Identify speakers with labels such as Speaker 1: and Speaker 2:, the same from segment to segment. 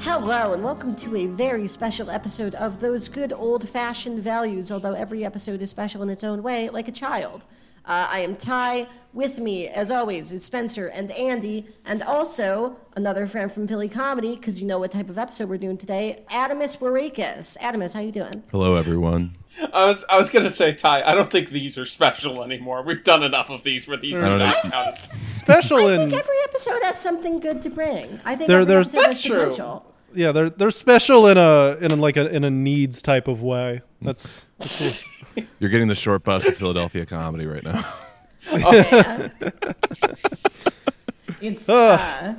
Speaker 1: Hello, and welcome to a very special episode of those good old fashioned values, although every episode is special in its own way, like a child. Uh, I am Ty. With me, as always, is Spencer and Andy, and also another friend from Philly Comedy, because you know what type of episode we're doing today, Adamus Warakis. Adamus, how you doing?
Speaker 2: Hello, everyone.
Speaker 3: I was I was gonna say, Ty. I don't think these are special anymore. We've done enough of these where these
Speaker 2: I
Speaker 3: are
Speaker 2: don't
Speaker 3: not
Speaker 2: know.
Speaker 3: counts.
Speaker 4: special
Speaker 1: I
Speaker 4: and
Speaker 1: think every episode has something good to bring. I think
Speaker 4: There-
Speaker 1: every
Speaker 4: there's-
Speaker 1: episode has
Speaker 3: That's true.
Speaker 1: potential.
Speaker 4: yeah, they're they're special in a in a, like a in a needs type of way. That's
Speaker 2: You're getting the short bus of Philadelphia comedy right now.
Speaker 1: It's
Speaker 4: Ugh.
Speaker 1: uh,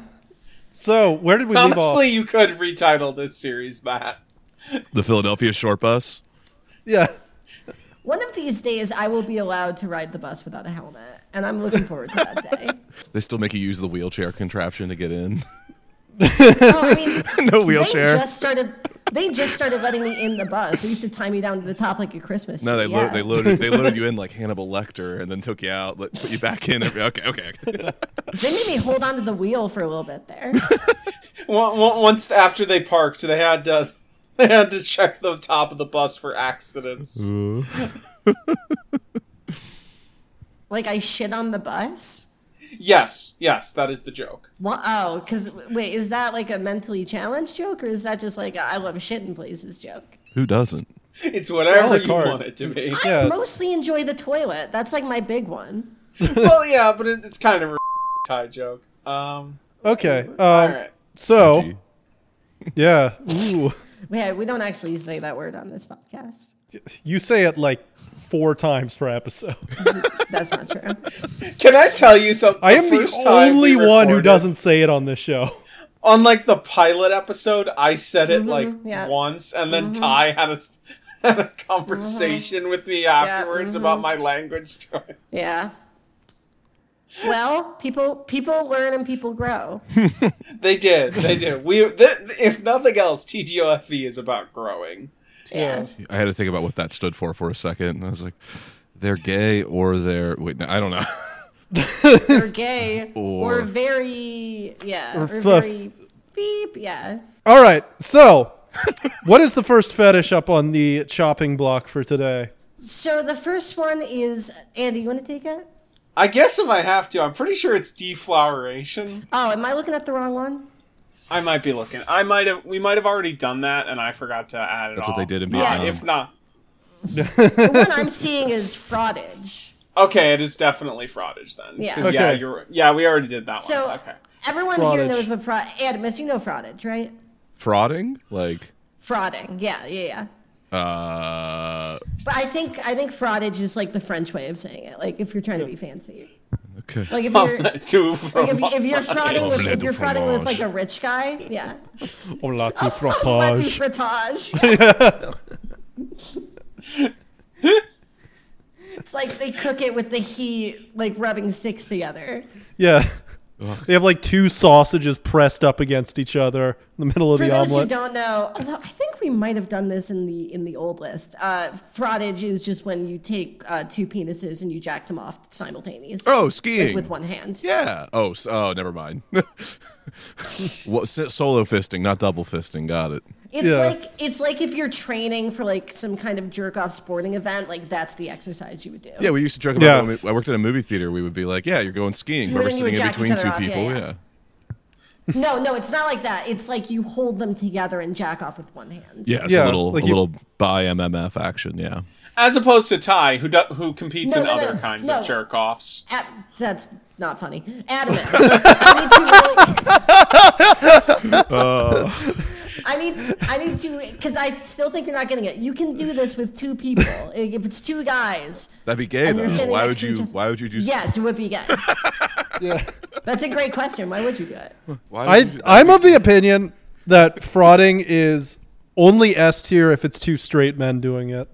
Speaker 4: so. Where did we leave
Speaker 3: Honestly,
Speaker 4: off?
Speaker 3: you could retitle this series that.
Speaker 2: The Philadelphia short bus.
Speaker 4: Yeah,
Speaker 1: one of these days I will be allowed to ride the bus without a helmet, and I'm looking forward to that day.
Speaker 2: They still make you use the wheelchair contraption to get in.
Speaker 1: No, I mean,
Speaker 2: no
Speaker 1: They
Speaker 2: wheelchair.
Speaker 1: just started. They just started letting me in the bus. They used to tie me down to the top like a Christmas tree.
Speaker 2: No, they,
Speaker 1: yeah.
Speaker 2: lo- they loaded they loaded you in like Hannibal Lecter and then took you out, let- put you back in. Every- okay, okay. okay.
Speaker 1: They made me hold onto the wheel for a little bit there.
Speaker 3: Wa- wa- Once after they parked, they had to they had to check the top of the bus for accidents.
Speaker 1: like I shit on the bus.
Speaker 3: Yes, yes, that is the joke.
Speaker 1: What? Oh, because wait, is that like a mentally challenged joke, or is that just like a I love shitting places joke?
Speaker 2: Who doesn't?
Speaker 3: It's whatever
Speaker 4: Solid
Speaker 3: you
Speaker 4: card.
Speaker 3: want it to be.
Speaker 1: I
Speaker 4: yeah. it's-
Speaker 1: mostly enjoy the toilet. That's like my big one.
Speaker 3: well, yeah, but it, it's kind of a Ty joke. Um,
Speaker 4: Okay. Um,
Speaker 3: all right.
Speaker 4: So
Speaker 2: Gee.
Speaker 4: yeah, Ooh.
Speaker 1: Yeah, we don't actually say that word on this podcast.
Speaker 4: you say it like four times per episode.
Speaker 1: That's not true.
Speaker 3: Can I tell you something?
Speaker 4: I am the
Speaker 3: first time
Speaker 4: only
Speaker 3: we
Speaker 4: one who
Speaker 3: recorded-
Speaker 4: doesn't say it on this show.
Speaker 3: on like the pilot episode, I said it like
Speaker 1: Mm-hmm. yeah. Mm-hmm.
Speaker 3: once, and then Ty had a had a conversation with me afterwards
Speaker 1: mm-hmm.
Speaker 3: about my language choice.
Speaker 1: Yeah. Well, people people learn and people grow.
Speaker 3: They did, they did. We, th- if nothing else, TGOFE E is about growing.
Speaker 1: Yeah.
Speaker 2: I had to think about what that stood for for a second. I was like, they're gay or they're wait, no, I don't know.
Speaker 1: or gay or,
Speaker 2: Or-
Speaker 1: very yeah
Speaker 4: Or
Speaker 1: or
Speaker 4: fluff.
Speaker 1: very beep yeah
Speaker 4: All right. So what is the first fetish up on the chopping block for today?
Speaker 1: so the first one is andy you want to take it
Speaker 3: I guess if I have to, I'm pretty sure it's defloweration.
Speaker 1: oh am i looking at the wrong one
Speaker 3: I might be looking. I might have. We might have already done that, and I forgot to add it.
Speaker 2: That's what
Speaker 3: all.
Speaker 2: they did in
Speaker 3: Uh,
Speaker 2: Vietnam.
Speaker 3: if not,
Speaker 1: the one i'm seeing is fraudage
Speaker 3: okay, it is definitely fraudage then.
Speaker 1: Yeah.
Speaker 3: 'Cause, Yeah.
Speaker 4: Okay.
Speaker 3: You're. Yeah. We already did that
Speaker 1: so
Speaker 3: one. Oh, Okay.
Speaker 1: everyone here
Speaker 4: Fraudage.
Speaker 1: knows what fraud adamus you know fraudage right
Speaker 2: Frauding? Like
Speaker 1: frauding yeah yeah yeah
Speaker 2: uh
Speaker 1: but i think i think fraudage is like the french way of saying it like if you're trying to be fancy
Speaker 2: okay.
Speaker 1: like if you're like
Speaker 3: Two from
Speaker 1: if, you, if you're frauding with
Speaker 2: Omelette
Speaker 1: if
Speaker 2: au
Speaker 1: you're frauding with
Speaker 2: fromage.
Speaker 1: like a rich guy yeah
Speaker 4: Oh, la tu
Speaker 1: Omelette au
Speaker 4: frottage.
Speaker 1: frottage. It's like they cook it with the heat, like rubbing sticks together.
Speaker 4: Yeah. They have like two sausages pressed up against each other in the middle of
Speaker 1: For
Speaker 4: the
Speaker 1: those who
Speaker 4: omelet.
Speaker 1: don't know, although I think we might have done this in the in the old list. Uh, fraudage is just when you take uh, two penises and you jack them off simultaneously
Speaker 2: Oh, skiing.
Speaker 1: with one hand.
Speaker 2: Yeah. Oh, s- oh, never mind. Well, s- solo fisting, not double fisting. Got it.
Speaker 1: It's
Speaker 4: Yeah.
Speaker 1: like it's like if you're training for like some kind of jerk off sporting event, like that's the exercise you would do.
Speaker 2: Yeah, we used to joke about
Speaker 4: Yeah.
Speaker 2: it when we, I worked at a movie theater. We would be like, "Yeah, you're going skiing.
Speaker 1: were-
Speaker 2: We're
Speaker 1: you were
Speaker 2: sitting in
Speaker 1: jacking
Speaker 2: between
Speaker 1: each
Speaker 2: two
Speaker 1: other off, yeah,
Speaker 2: people."
Speaker 1: yeah.
Speaker 2: Yeah,
Speaker 1: No, no, it's not like that. It's like you hold them together and jack off with one hand.
Speaker 2: yeah, it's
Speaker 4: Yeah,
Speaker 2: a little,
Speaker 4: like
Speaker 2: a
Speaker 4: you-
Speaker 2: little by MMF action. Yeah,
Speaker 3: As opposed to Ty, who do, who competes
Speaker 1: No,
Speaker 3: in
Speaker 1: no,
Speaker 3: other
Speaker 1: no,
Speaker 3: kinds
Speaker 1: no.
Speaker 3: of jerk offs.
Speaker 1: Ad- that's not funny. Adamus. I need to. Really- I need. I need to because I still think you're not getting it. You can do this with two people. If it's two guys,
Speaker 2: that'd be gay
Speaker 1: And you're
Speaker 2: though.
Speaker 1: standing
Speaker 2: Why
Speaker 1: next
Speaker 2: would
Speaker 1: to
Speaker 2: you?
Speaker 1: each other.
Speaker 2: Why would you do? s-
Speaker 1: yes, it would be gay.
Speaker 4: Yeah.
Speaker 1: That's a great question. Why would you do it? Oh,
Speaker 2: Why would
Speaker 4: I
Speaker 2: you,
Speaker 4: I'm of the opinion that frauding is only S tier if it's two straight men doing it.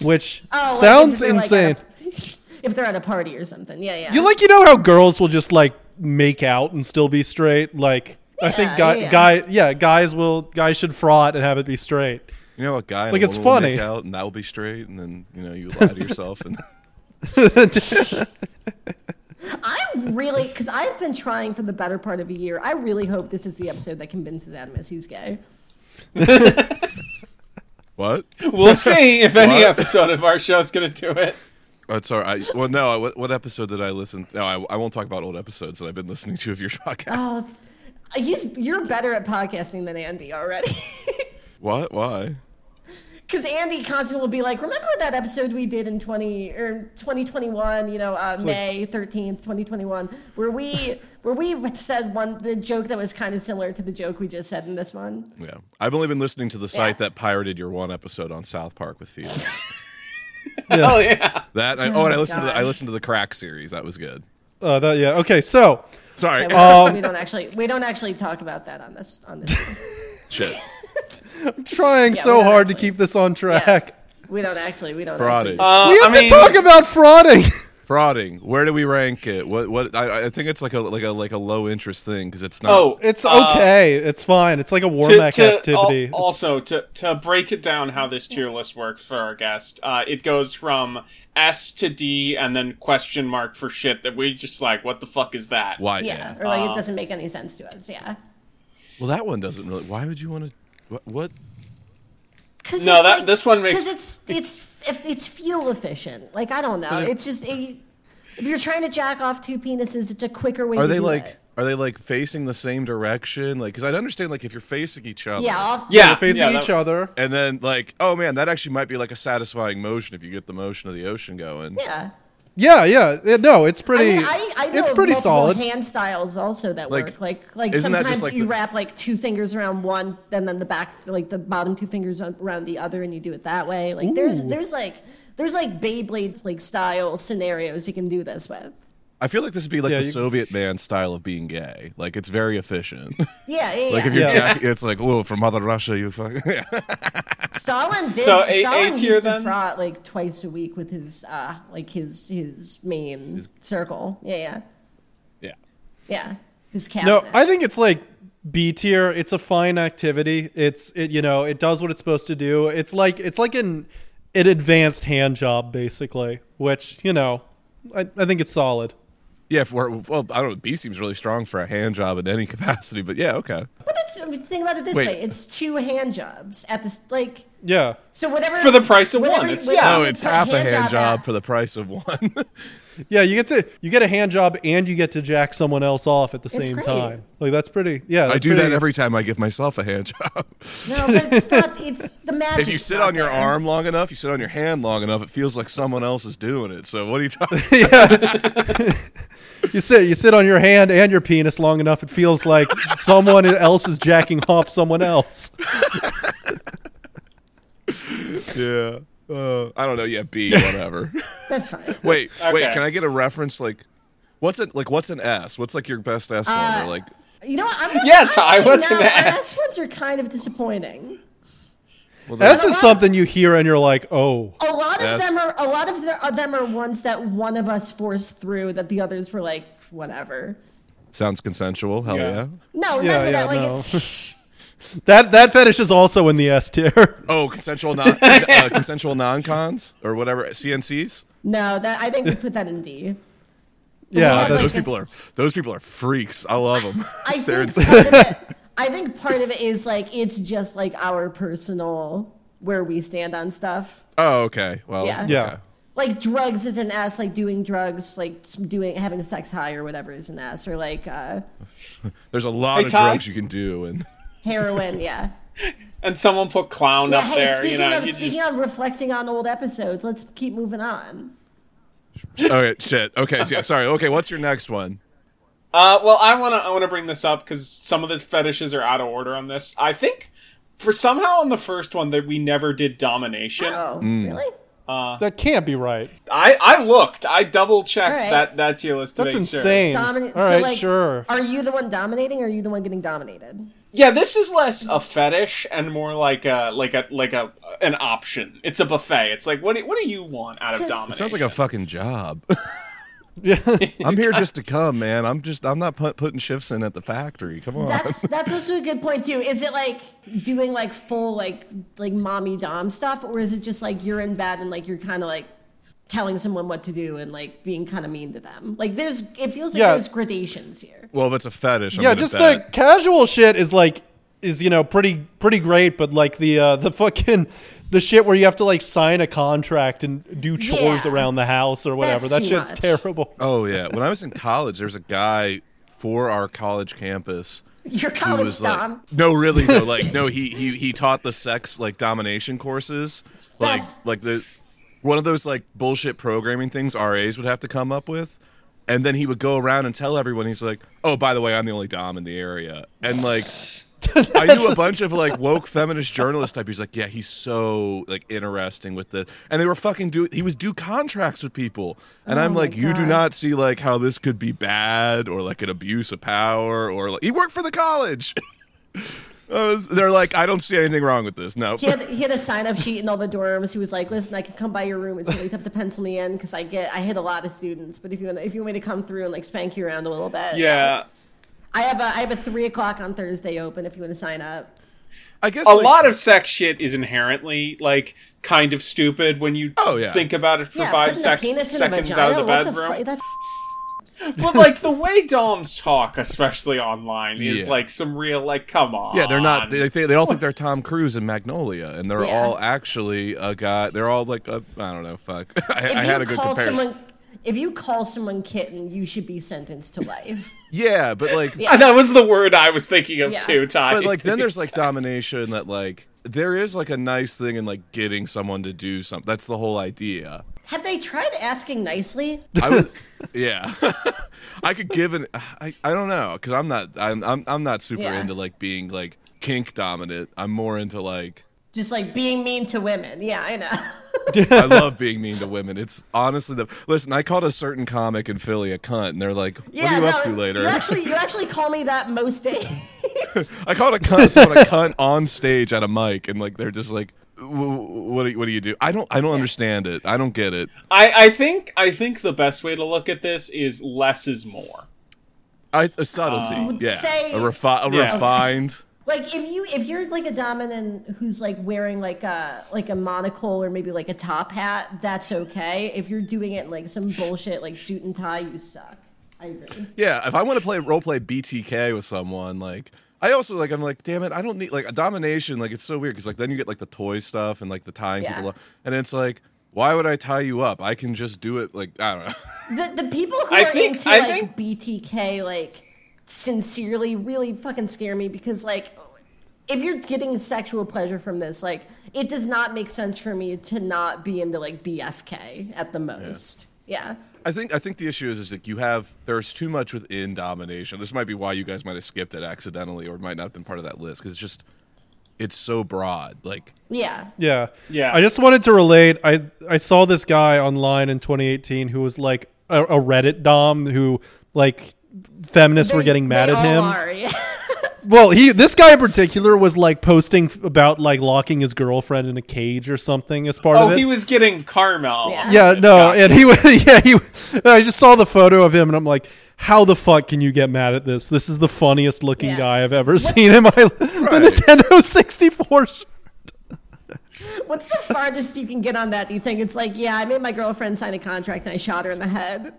Speaker 4: Which
Speaker 1: Oh, like, if
Speaker 4: sounds
Speaker 1: they're, like,
Speaker 4: insane.
Speaker 1: at a- if they're at a party or something, yeah, yeah.
Speaker 4: you like you know how girls will just like make out and still be straight? Like I think
Speaker 1: Yeah,
Speaker 4: guy,
Speaker 1: yeah.
Speaker 4: guy yeah, guys will guys should fraud and have it be straight.
Speaker 2: you know, a guy
Speaker 4: Like,
Speaker 2: and a
Speaker 4: it's
Speaker 2: woman will make
Speaker 4: funny.
Speaker 2: out, and that will be straight, and then you know, you lie to yourself, and
Speaker 1: I'm really because I've been trying for the better part of a year. I really hope this is the episode that convinces Adamus he's gay.
Speaker 2: What?
Speaker 3: We'll see if any
Speaker 2: What?
Speaker 3: episode of our show's going to do it.
Speaker 2: That's Oh, all right. Well, no. I, what, what episode did I listen? No, I, I won't talk about old episodes that I've been listening to of your podcast.
Speaker 1: Oh, he's, you're better at podcasting than Andy already.
Speaker 2: what? Why?
Speaker 1: Because Andy constantly will be like, "Remember that episode we did in twenty or twenty twenty one? You know, uh, May thirteenth, twenty twenty one, where we where we said one the joke that was kind of similar to the joke we just said in this one."
Speaker 2: Yeah, I've only been listening to the site
Speaker 1: Yeah.
Speaker 2: that pirated your one episode on South Park with Felix.
Speaker 3: Hell yeah.
Speaker 2: that I, oh, and I
Speaker 1: Oh,
Speaker 2: listened to the, I
Speaker 1: God.
Speaker 2: listened to the Crack series. That was good.
Speaker 4: Uh, that, yeah. Okay. So
Speaker 2: Sorry.
Speaker 1: Okay, we, we don't actually we don't actually talk about that on this on this.
Speaker 2: Shit.
Speaker 4: trying
Speaker 1: Yeah,
Speaker 4: so
Speaker 1: we don't
Speaker 4: hard to
Speaker 1: actually-
Speaker 4: keep this on
Speaker 1: Yeah.
Speaker 4: track.
Speaker 1: we don't actually we don't
Speaker 2: Frauding.
Speaker 1: actually.
Speaker 3: Uh,
Speaker 4: We have
Speaker 3: I
Speaker 4: to
Speaker 3: mean,
Speaker 4: talk about frauding.
Speaker 2: Frauding. Where do we rank it? What? What? I, I think it's like a like a like a low interest thing because it's not.
Speaker 3: Oh,
Speaker 4: It's
Speaker 3: uh,
Speaker 4: okay. it's fine. It's like a
Speaker 3: to-
Speaker 4: Warmack
Speaker 3: to-
Speaker 4: activity.
Speaker 3: al- also, to, to break it down how this tier list works for our guest, uh, it goes from S to D and then question mark for shit that we just like, what the fuck is that?
Speaker 2: why?
Speaker 1: yeah,
Speaker 2: Yeah.
Speaker 1: or like it doesn't make any sense to us. Yeah,
Speaker 2: Well, that one doesn't really. Why would you want to? What? what?
Speaker 1: because
Speaker 3: No, that- this one makes-
Speaker 1: because it's it's if it's fuel efficient. Like I don't know, it's just it, if you're trying to jack off two penises, it's a quicker way.
Speaker 2: Are
Speaker 1: to
Speaker 2: they
Speaker 1: do
Speaker 2: like?
Speaker 1: it.
Speaker 2: Are they like facing the same direction? Like, because I'd understand like if you're facing each other.
Speaker 1: Yeah, off,
Speaker 3: Yeah,
Speaker 4: They're facing
Speaker 3: yeah, that-
Speaker 4: each other.
Speaker 2: And then like, oh man, that actually might be like a satisfying motion if you get the motion of the ocean going.
Speaker 1: yeah.
Speaker 4: Yeah, yeah. It- no, it's
Speaker 1: I
Speaker 4: pretty.
Speaker 1: mean, I, I know
Speaker 4: it's
Speaker 1: of
Speaker 4: pretty
Speaker 1: multiple
Speaker 4: solid.
Speaker 1: hand styles also that
Speaker 2: Like,
Speaker 1: work. Like, like
Speaker 2: isn't that just
Speaker 1: sometimes
Speaker 2: like
Speaker 1: you
Speaker 2: the-
Speaker 1: wrap like two fingers around one, and then the back, like the bottom two fingers on- around the other, and you do it that way. Like, there's
Speaker 4: Ooh.
Speaker 1: there's like there's like Beyblade like style scenarios you can do this with.
Speaker 2: I feel like this would be like
Speaker 4: Yeah,
Speaker 2: the
Speaker 4: you-
Speaker 2: Soviet man style of being gay. Like it's very efficient.
Speaker 1: Yeah, yeah.
Speaker 2: like if
Speaker 1: yeah.
Speaker 2: you're
Speaker 4: Yeah.
Speaker 2: jack- it's like, oh, from Mother Russia, you fuck.
Speaker 1: Stalin did.
Speaker 3: So, A-
Speaker 1: Stalin
Speaker 3: A tier
Speaker 1: used to
Speaker 3: then?
Speaker 1: fraud like twice a week with his uh like his his main circle. Yeah, yeah,
Speaker 2: yeah.
Speaker 1: yeah. His
Speaker 4: No,
Speaker 1: cabinet.
Speaker 4: I think it's like B tier. It's a fine activity. It's it you know it does what it's supposed to do. It's like it's like an an advanced hand job basically, which you know I, I think it's solid.
Speaker 2: Yeah, if we're, well, I don't know. B seems really strong for a hand job in any capacity, but yeah, okay.
Speaker 1: but it's I mean, think about it this
Speaker 2: Wait.
Speaker 1: way: it's two hand jobs at this like.
Speaker 4: Yeah,
Speaker 1: So whatever
Speaker 3: For the price of
Speaker 1: whatever
Speaker 3: one,
Speaker 1: you-
Speaker 3: it's-
Speaker 1: whatever
Speaker 3: yeah.
Speaker 2: Oh,
Speaker 1: you
Speaker 2: it's
Speaker 1: put
Speaker 2: half a hand
Speaker 1: at-
Speaker 2: job for the price of one.
Speaker 4: yeah. You get to you get a hand job and you get to jack someone else off at the same
Speaker 1: great.
Speaker 4: time. Like that's pretty. Yeah,
Speaker 2: I
Speaker 4: that's
Speaker 2: do that
Speaker 4: pretty-
Speaker 2: every time I give myself a hand job.
Speaker 1: No, but it's not. It's the magic.
Speaker 2: If you sit on your arm long enough, you sit on your hand long enough, it feels like someone else is doing it. So what are you talking?
Speaker 4: You sit you sit on your hand and your penis long enough. It feels like someone else is jacking off someone else.
Speaker 2: yeah. Uh, I don't know. Yeah, B, whatever.
Speaker 1: That's fine.
Speaker 2: wait, wait.
Speaker 3: Okay.
Speaker 2: Can I get a reference? Like, what's it? Like, what's an S? What's like your best S number? Like,
Speaker 1: You know what? I'm,
Speaker 3: Yeah,
Speaker 1: I'm
Speaker 3: Ty,
Speaker 1: thinking
Speaker 3: what's
Speaker 1: now,
Speaker 3: an
Speaker 1: our
Speaker 3: ass?
Speaker 1: ass ones are kind of disappointing.
Speaker 2: well,
Speaker 4: This
Speaker 2: that's
Speaker 4: is something you hear and you're like, oh,
Speaker 1: A lot of
Speaker 2: Yes.
Speaker 1: them are. A lot of the, of them are ones that one of us forced through. That the others were like, whatever.
Speaker 2: sounds consensual. Hell yeah.
Speaker 3: Yeah.
Speaker 1: No,
Speaker 4: Yeah,
Speaker 1: remember
Speaker 4: yeah,
Speaker 1: that. Like,
Speaker 4: no.
Speaker 1: it's,
Speaker 4: that that fetish is also in the S tier.
Speaker 2: Oh, consensual non uh, consensual non cons or whatever CNCs.
Speaker 1: no, that I think we put that in D.
Speaker 4: yeah,
Speaker 1: Yeah,
Speaker 4: that's-
Speaker 2: Uh, those
Speaker 1: like-
Speaker 2: people are those people are freaks. I love them.
Speaker 1: I think part of it, I think part of it is like it's just like our personal where we stand on stuff.
Speaker 2: Oh, okay. Well,
Speaker 1: Yeah.
Speaker 4: yeah.
Speaker 2: okay.
Speaker 1: like drugs is an S, like doing drugs, like s- doing having sex high or whatever is an S, or like uh,
Speaker 2: There's a lot
Speaker 3: Hey,
Speaker 2: of
Speaker 3: Ty?
Speaker 2: drugs you can do, and
Speaker 1: heroin. Yeah.
Speaker 3: And someone put clown
Speaker 1: yeah
Speaker 3: up
Speaker 1: hey,
Speaker 3: there, you
Speaker 1: speaking
Speaker 3: know.
Speaker 1: of
Speaker 3: you
Speaker 1: speaking
Speaker 3: just-
Speaker 1: of reflecting on old episodes, let's keep moving on.
Speaker 2: all right, shit. Okay, yeah. Sorry. Okay, what's your next one?
Speaker 3: Uh, well, I wanna I wanna bring this up because some of the fetishes are out of order on this. I think for somehow on the first one that we never did domination.
Speaker 1: Oh,
Speaker 4: Mm.
Speaker 1: really?
Speaker 4: that can't be right.
Speaker 3: I I looked, I double checked
Speaker 1: All right.
Speaker 3: that that tier list. to
Speaker 4: That's
Speaker 3: make sure.
Speaker 4: insane.
Speaker 1: Dominate.
Speaker 4: Mm. All
Speaker 1: so
Speaker 4: right,
Speaker 1: like,
Speaker 4: sure.
Speaker 1: are you the one dominating, or are you the one getting dominated?
Speaker 3: Yeah, this is less a fetish and more like a like a like a an option. It's a buffet. It's like what do, what do you want out of
Speaker 1: Yes. It
Speaker 3: domination?
Speaker 2: It sounds like a fucking job.
Speaker 4: Yeah.
Speaker 2: I'm here just to come, man. I'm just I'm not put, putting shifts in at the factory. Come on.
Speaker 1: That's that's also a good point too. Is it like doing like full like like mommy dom stuff, or is it just like you're in bed and like you're kind of like telling someone what to do and like being kind of mean to them. Like there's it feels like
Speaker 4: Yeah.
Speaker 1: there's gradations here.
Speaker 2: Well, if it's a fetish, I'm
Speaker 4: yeah,
Speaker 2: good at
Speaker 4: just the
Speaker 2: that.
Speaker 4: casual shit is like is you know pretty pretty great, but like the uh, the fucking the shit where you have to like sign a contract and do chores
Speaker 1: Yeah.
Speaker 4: around the house or whatever.
Speaker 1: That's
Speaker 4: that
Speaker 1: too
Speaker 4: shit's
Speaker 1: much.
Speaker 4: terrible.
Speaker 2: Oh yeah, when I was in college, there was a guy for our college campus.
Speaker 1: Your
Speaker 2: who
Speaker 1: college
Speaker 2: was like-
Speaker 1: Dom.
Speaker 2: no, really though. Like, no, he he he taught the sex like domination courses, like
Speaker 1: That's-
Speaker 2: like the one of those like bullshit programming things RAs would have to come up with, and then he would go around and tell everyone he's like, oh, by the way, I'm the only dom in the area, and like. I knew a bunch of like woke feminist journalist type. He's like, yeah, he's so like interesting with the, and they were fucking do. He was do contracts with people, and I'm like, you do
Speaker 1: Oh God.
Speaker 2: not see like how this could be bad or like an abuse of power or like he worked for the college. I was- they're like, I don't see anything wrong with this. No,
Speaker 1: He had, he had a sign up sheet in all the dorms. He was like, "Listen, I can come by your room. It's really tough to pencil me in because I get I hit a lot of students. But if you want if you want me to come through and like spank you around a little bit,
Speaker 3: Yeah.
Speaker 1: I have a I have a three o'clock on Thursday open if you want to sign up.
Speaker 2: I guess
Speaker 3: A
Speaker 2: like,
Speaker 3: lot of sex shit is inherently like kind of stupid when you
Speaker 2: Oh, yeah.
Speaker 3: think about it for
Speaker 1: Yeah,
Speaker 3: five
Speaker 1: putting
Speaker 3: sec-
Speaker 1: a penis in a
Speaker 3: seconds out
Speaker 1: vagina.
Speaker 3: of the
Speaker 1: what the
Speaker 3: bedroom.
Speaker 1: fu- that's
Speaker 3: but like the way doms talk, especially online, is
Speaker 2: Yeah.
Speaker 3: like some real like come on.
Speaker 2: Yeah, they're not. They, they, they all think they're Tom Cruise and Magnolia, and they're
Speaker 1: Yeah.
Speaker 2: all actually a guy. They're all like, I I don't know, fuck. I,
Speaker 1: if
Speaker 2: I
Speaker 1: you
Speaker 2: had a good
Speaker 1: call
Speaker 2: comparison.
Speaker 1: someone if you call someone kitten, you should be sentenced to life.
Speaker 2: Yeah, but like,
Speaker 1: Yeah.
Speaker 3: that was the word I was thinking of
Speaker 1: Yeah.
Speaker 3: too, Ty.
Speaker 2: but like then there's like domination that like there is like a nice thing in like getting someone to do something. That's the whole idea.
Speaker 1: have they tried asking nicely?
Speaker 2: I would, yeah. I could give an I, I don't know because I'm not I'm I'm, I'm not super
Speaker 1: Yeah.
Speaker 2: into like being like kink dominant. I'm more into like
Speaker 1: Just like being mean to women. Yeah, I know.
Speaker 2: I love being mean to women. It's honestly the listen. I called a certain comic in Philly a cunt, and they're like, "What are you up to later?"
Speaker 1: You actually, you actually call me that most days.
Speaker 2: I called a cunt someone a cunt on stage at a mic, and like they're just like, "W- "What do you, what do you do?" I don't I don't understand it. I don't get it.
Speaker 3: I, I think I think the best way to look at this is less is more.
Speaker 2: I a subtlety, yeah,
Speaker 1: say-
Speaker 2: a, refi- a
Speaker 3: Yeah.
Speaker 2: refined.
Speaker 1: like if you if you're like a dominant who's like wearing like a like a monocle or maybe like a top hat, that's okay. If you're doing it in like some bullshit like suit and tie, you suck. I agree.
Speaker 2: Yeah, if I want to play role play BTK with someone, like I also like I'm like, damn it, I don't need like a domination. Like it's so weird because like then you get like the toy stuff and like the tying
Speaker 1: Yeah.
Speaker 2: people up, and it's like, why would I tie you up? I can just do it. Like I don't know.
Speaker 1: The the people who
Speaker 3: I
Speaker 1: are
Speaker 3: think-
Speaker 1: into
Speaker 3: I
Speaker 1: like BTK like sincerely really fucking scare me because like if you're getting sexual pleasure from this, like it does not make sense for me to not be into like BFK at the most. yeah.
Speaker 2: I think I think the issue is is like you have there's too much within domination. This might be why you guys might have skipped it accidentally or might not have been part of that list because it's just it's so broad. Like
Speaker 1: Yeah.
Speaker 4: Yeah.
Speaker 3: Yeah.
Speaker 4: I just wanted to relate. I I saw this guy online in 2018 who was like a, a Reddit dom who like feminists were
Speaker 1: They-
Speaker 4: getting mad
Speaker 1: they
Speaker 4: at
Speaker 1: all
Speaker 4: him.
Speaker 1: are, yeah.
Speaker 4: Well, he this guy in particular was like posting f- about like locking his girlfriend in a cage or something as part
Speaker 3: Oh,
Speaker 4: of it.
Speaker 3: he was getting karma.
Speaker 1: Yeah.
Speaker 4: yeah, no,
Speaker 3: Gotcha.
Speaker 4: and he was yeah, he and I just saw the photo of him and I'm like, how the fuck can you get mad at this? This is the funniest looking
Speaker 1: Yeah.
Speaker 4: guy I've ever seen in my the Nintendo 64. sh-
Speaker 1: What's the farthest you can get on that? Do you think it's like, yeah, I made my girlfriend sign a contract and I shot her in the head?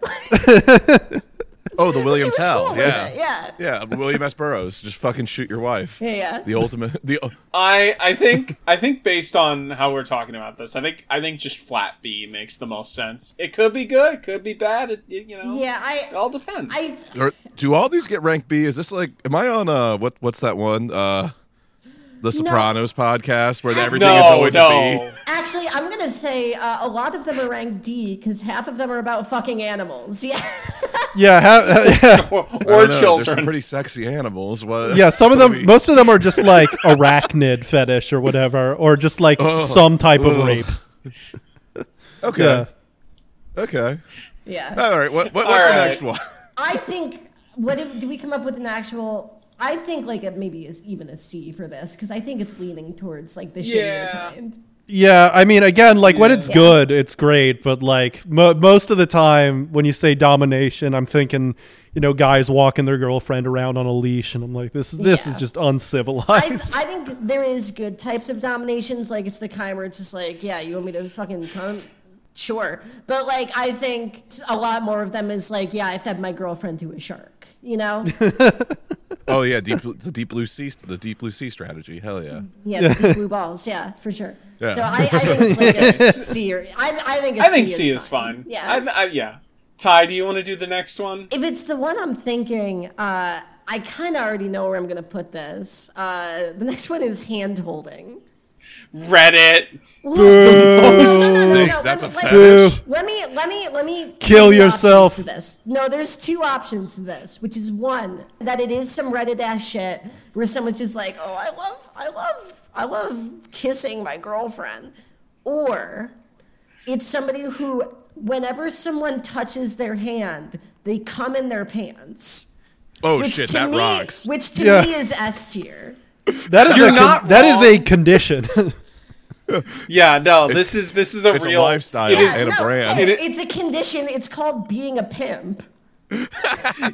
Speaker 2: oh, the William
Speaker 1: was
Speaker 2: Tell,
Speaker 1: cool with
Speaker 2: yeah.
Speaker 1: it, yeah.
Speaker 2: yeah, William S. Burroughs, just fucking shoot your wife.
Speaker 1: Yeah, yeah.
Speaker 2: The ultimate, the
Speaker 3: I I think I think based on how we're talking about this, I think I think just flat B makes the most sense. It could be good, it could be bad. It, it- you know,
Speaker 1: yeah,
Speaker 3: it
Speaker 1: I,
Speaker 3: all depends.
Speaker 1: I,
Speaker 2: Or, do all these get rank B? Is this like? Am I on uh what? What's that one? Uh, the Sopranos podcast where everything
Speaker 3: no,
Speaker 2: is always a
Speaker 3: no.
Speaker 2: B.
Speaker 1: actually, I'm gonna say uh, a lot of them are ranked D because half of them are about fucking animals. Yeah,
Speaker 4: Yeah, ha- yeah.
Speaker 3: Or,
Speaker 2: I
Speaker 3: or
Speaker 2: don't know, There's some
Speaker 3: children.
Speaker 2: pretty sexy animals. What?
Speaker 4: Yeah, some of
Speaker 2: what do
Speaker 4: them,
Speaker 2: we-
Speaker 4: most of them are just like arachnid fetish or whatever, or just like some type of
Speaker 2: Oh, ugh.
Speaker 4: rape.
Speaker 2: Okay.
Speaker 4: Yeah.
Speaker 2: Okay.
Speaker 1: yeah.
Speaker 2: All right. What, what, what's
Speaker 3: All
Speaker 2: the
Speaker 3: right.
Speaker 2: next one?
Speaker 1: I think what did, did we come up with an actual? I think like it maybe is even a C for this because I think it's leaning towards like the shittier
Speaker 3: Yeah.
Speaker 1: kind.
Speaker 4: Yeah, I mean, again, like when it's
Speaker 1: Yeah.
Speaker 4: good, it's great, but like mo- most of the time, when you say domination, I'm thinking, you know, guys walking their girlfriend around on a leash, and I'm like, this is this is
Speaker 1: Yeah.
Speaker 4: just
Speaker 1: I,
Speaker 4: uncivilized.
Speaker 1: I think there is good types of dominations. Like it's the kind where it's just like, yeah, you want me to fucking come sure. But like, I think a lot more of them is like, yeah, I fed my girlfriend to a shark. You know,
Speaker 2: Oh yeah, deep the deep blue sea the deep blue sea strategy. Hell yeah.
Speaker 1: yeah, the deep blue balls, yeah, for sure.
Speaker 2: Yeah.
Speaker 1: So I, I think like a C or I, I think a
Speaker 3: I think
Speaker 1: C,
Speaker 3: C
Speaker 1: is,
Speaker 3: is fine.
Speaker 1: Yeah,
Speaker 3: I, I, yeah. Ty, do you want to do the next one?
Speaker 1: If it's the one I'm thinking, uh, I kind of already know where I'm going to put this. Uh, the next one is hand holding.
Speaker 3: Reddit.
Speaker 1: No, no, no, no,
Speaker 2: Think
Speaker 1: no.
Speaker 2: That's a
Speaker 1: let, me-
Speaker 2: fetish.
Speaker 1: let me let me let me
Speaker 4: Kill
Speaker 1: give you
Speaker 4: yourself.
Speaker 1: options To this. No, there's two options to this, which is one that it is some Reddit ass shit where someone's just like, oh, I love, I love, I love kissing my girlfriend, or it's somebody who, whenever someone touches their hand, they come in their pants.
Speaker 2: Oh
Speaker 1: Which
Speaker 2: shit,
Speaker 1: to
Speaker 2: that
Speaker 1: me,
Speaker 2: rocks.
Speaker 1: Which to
Speaker 4: Yeah.
Speaker 1: me is S tier.
Speaker 4: That is
Speaker 3: You're
Speaker 4: a con-
Speaker 3: not
Speaker 4: that is a
Speaker 3: wrong.
Speaker 4: condition.
Speaker 3: Yeah, no, this is this is a
Speaker 2: it's a
Speaker 3: real
Speaker 2: lifestyle.
Speaker 3: It is,
Speaker 2: And a brand.
Speaker 1: it-
Speaker 3: It-
Speaker 1: it's a condition. It's called being a pimp.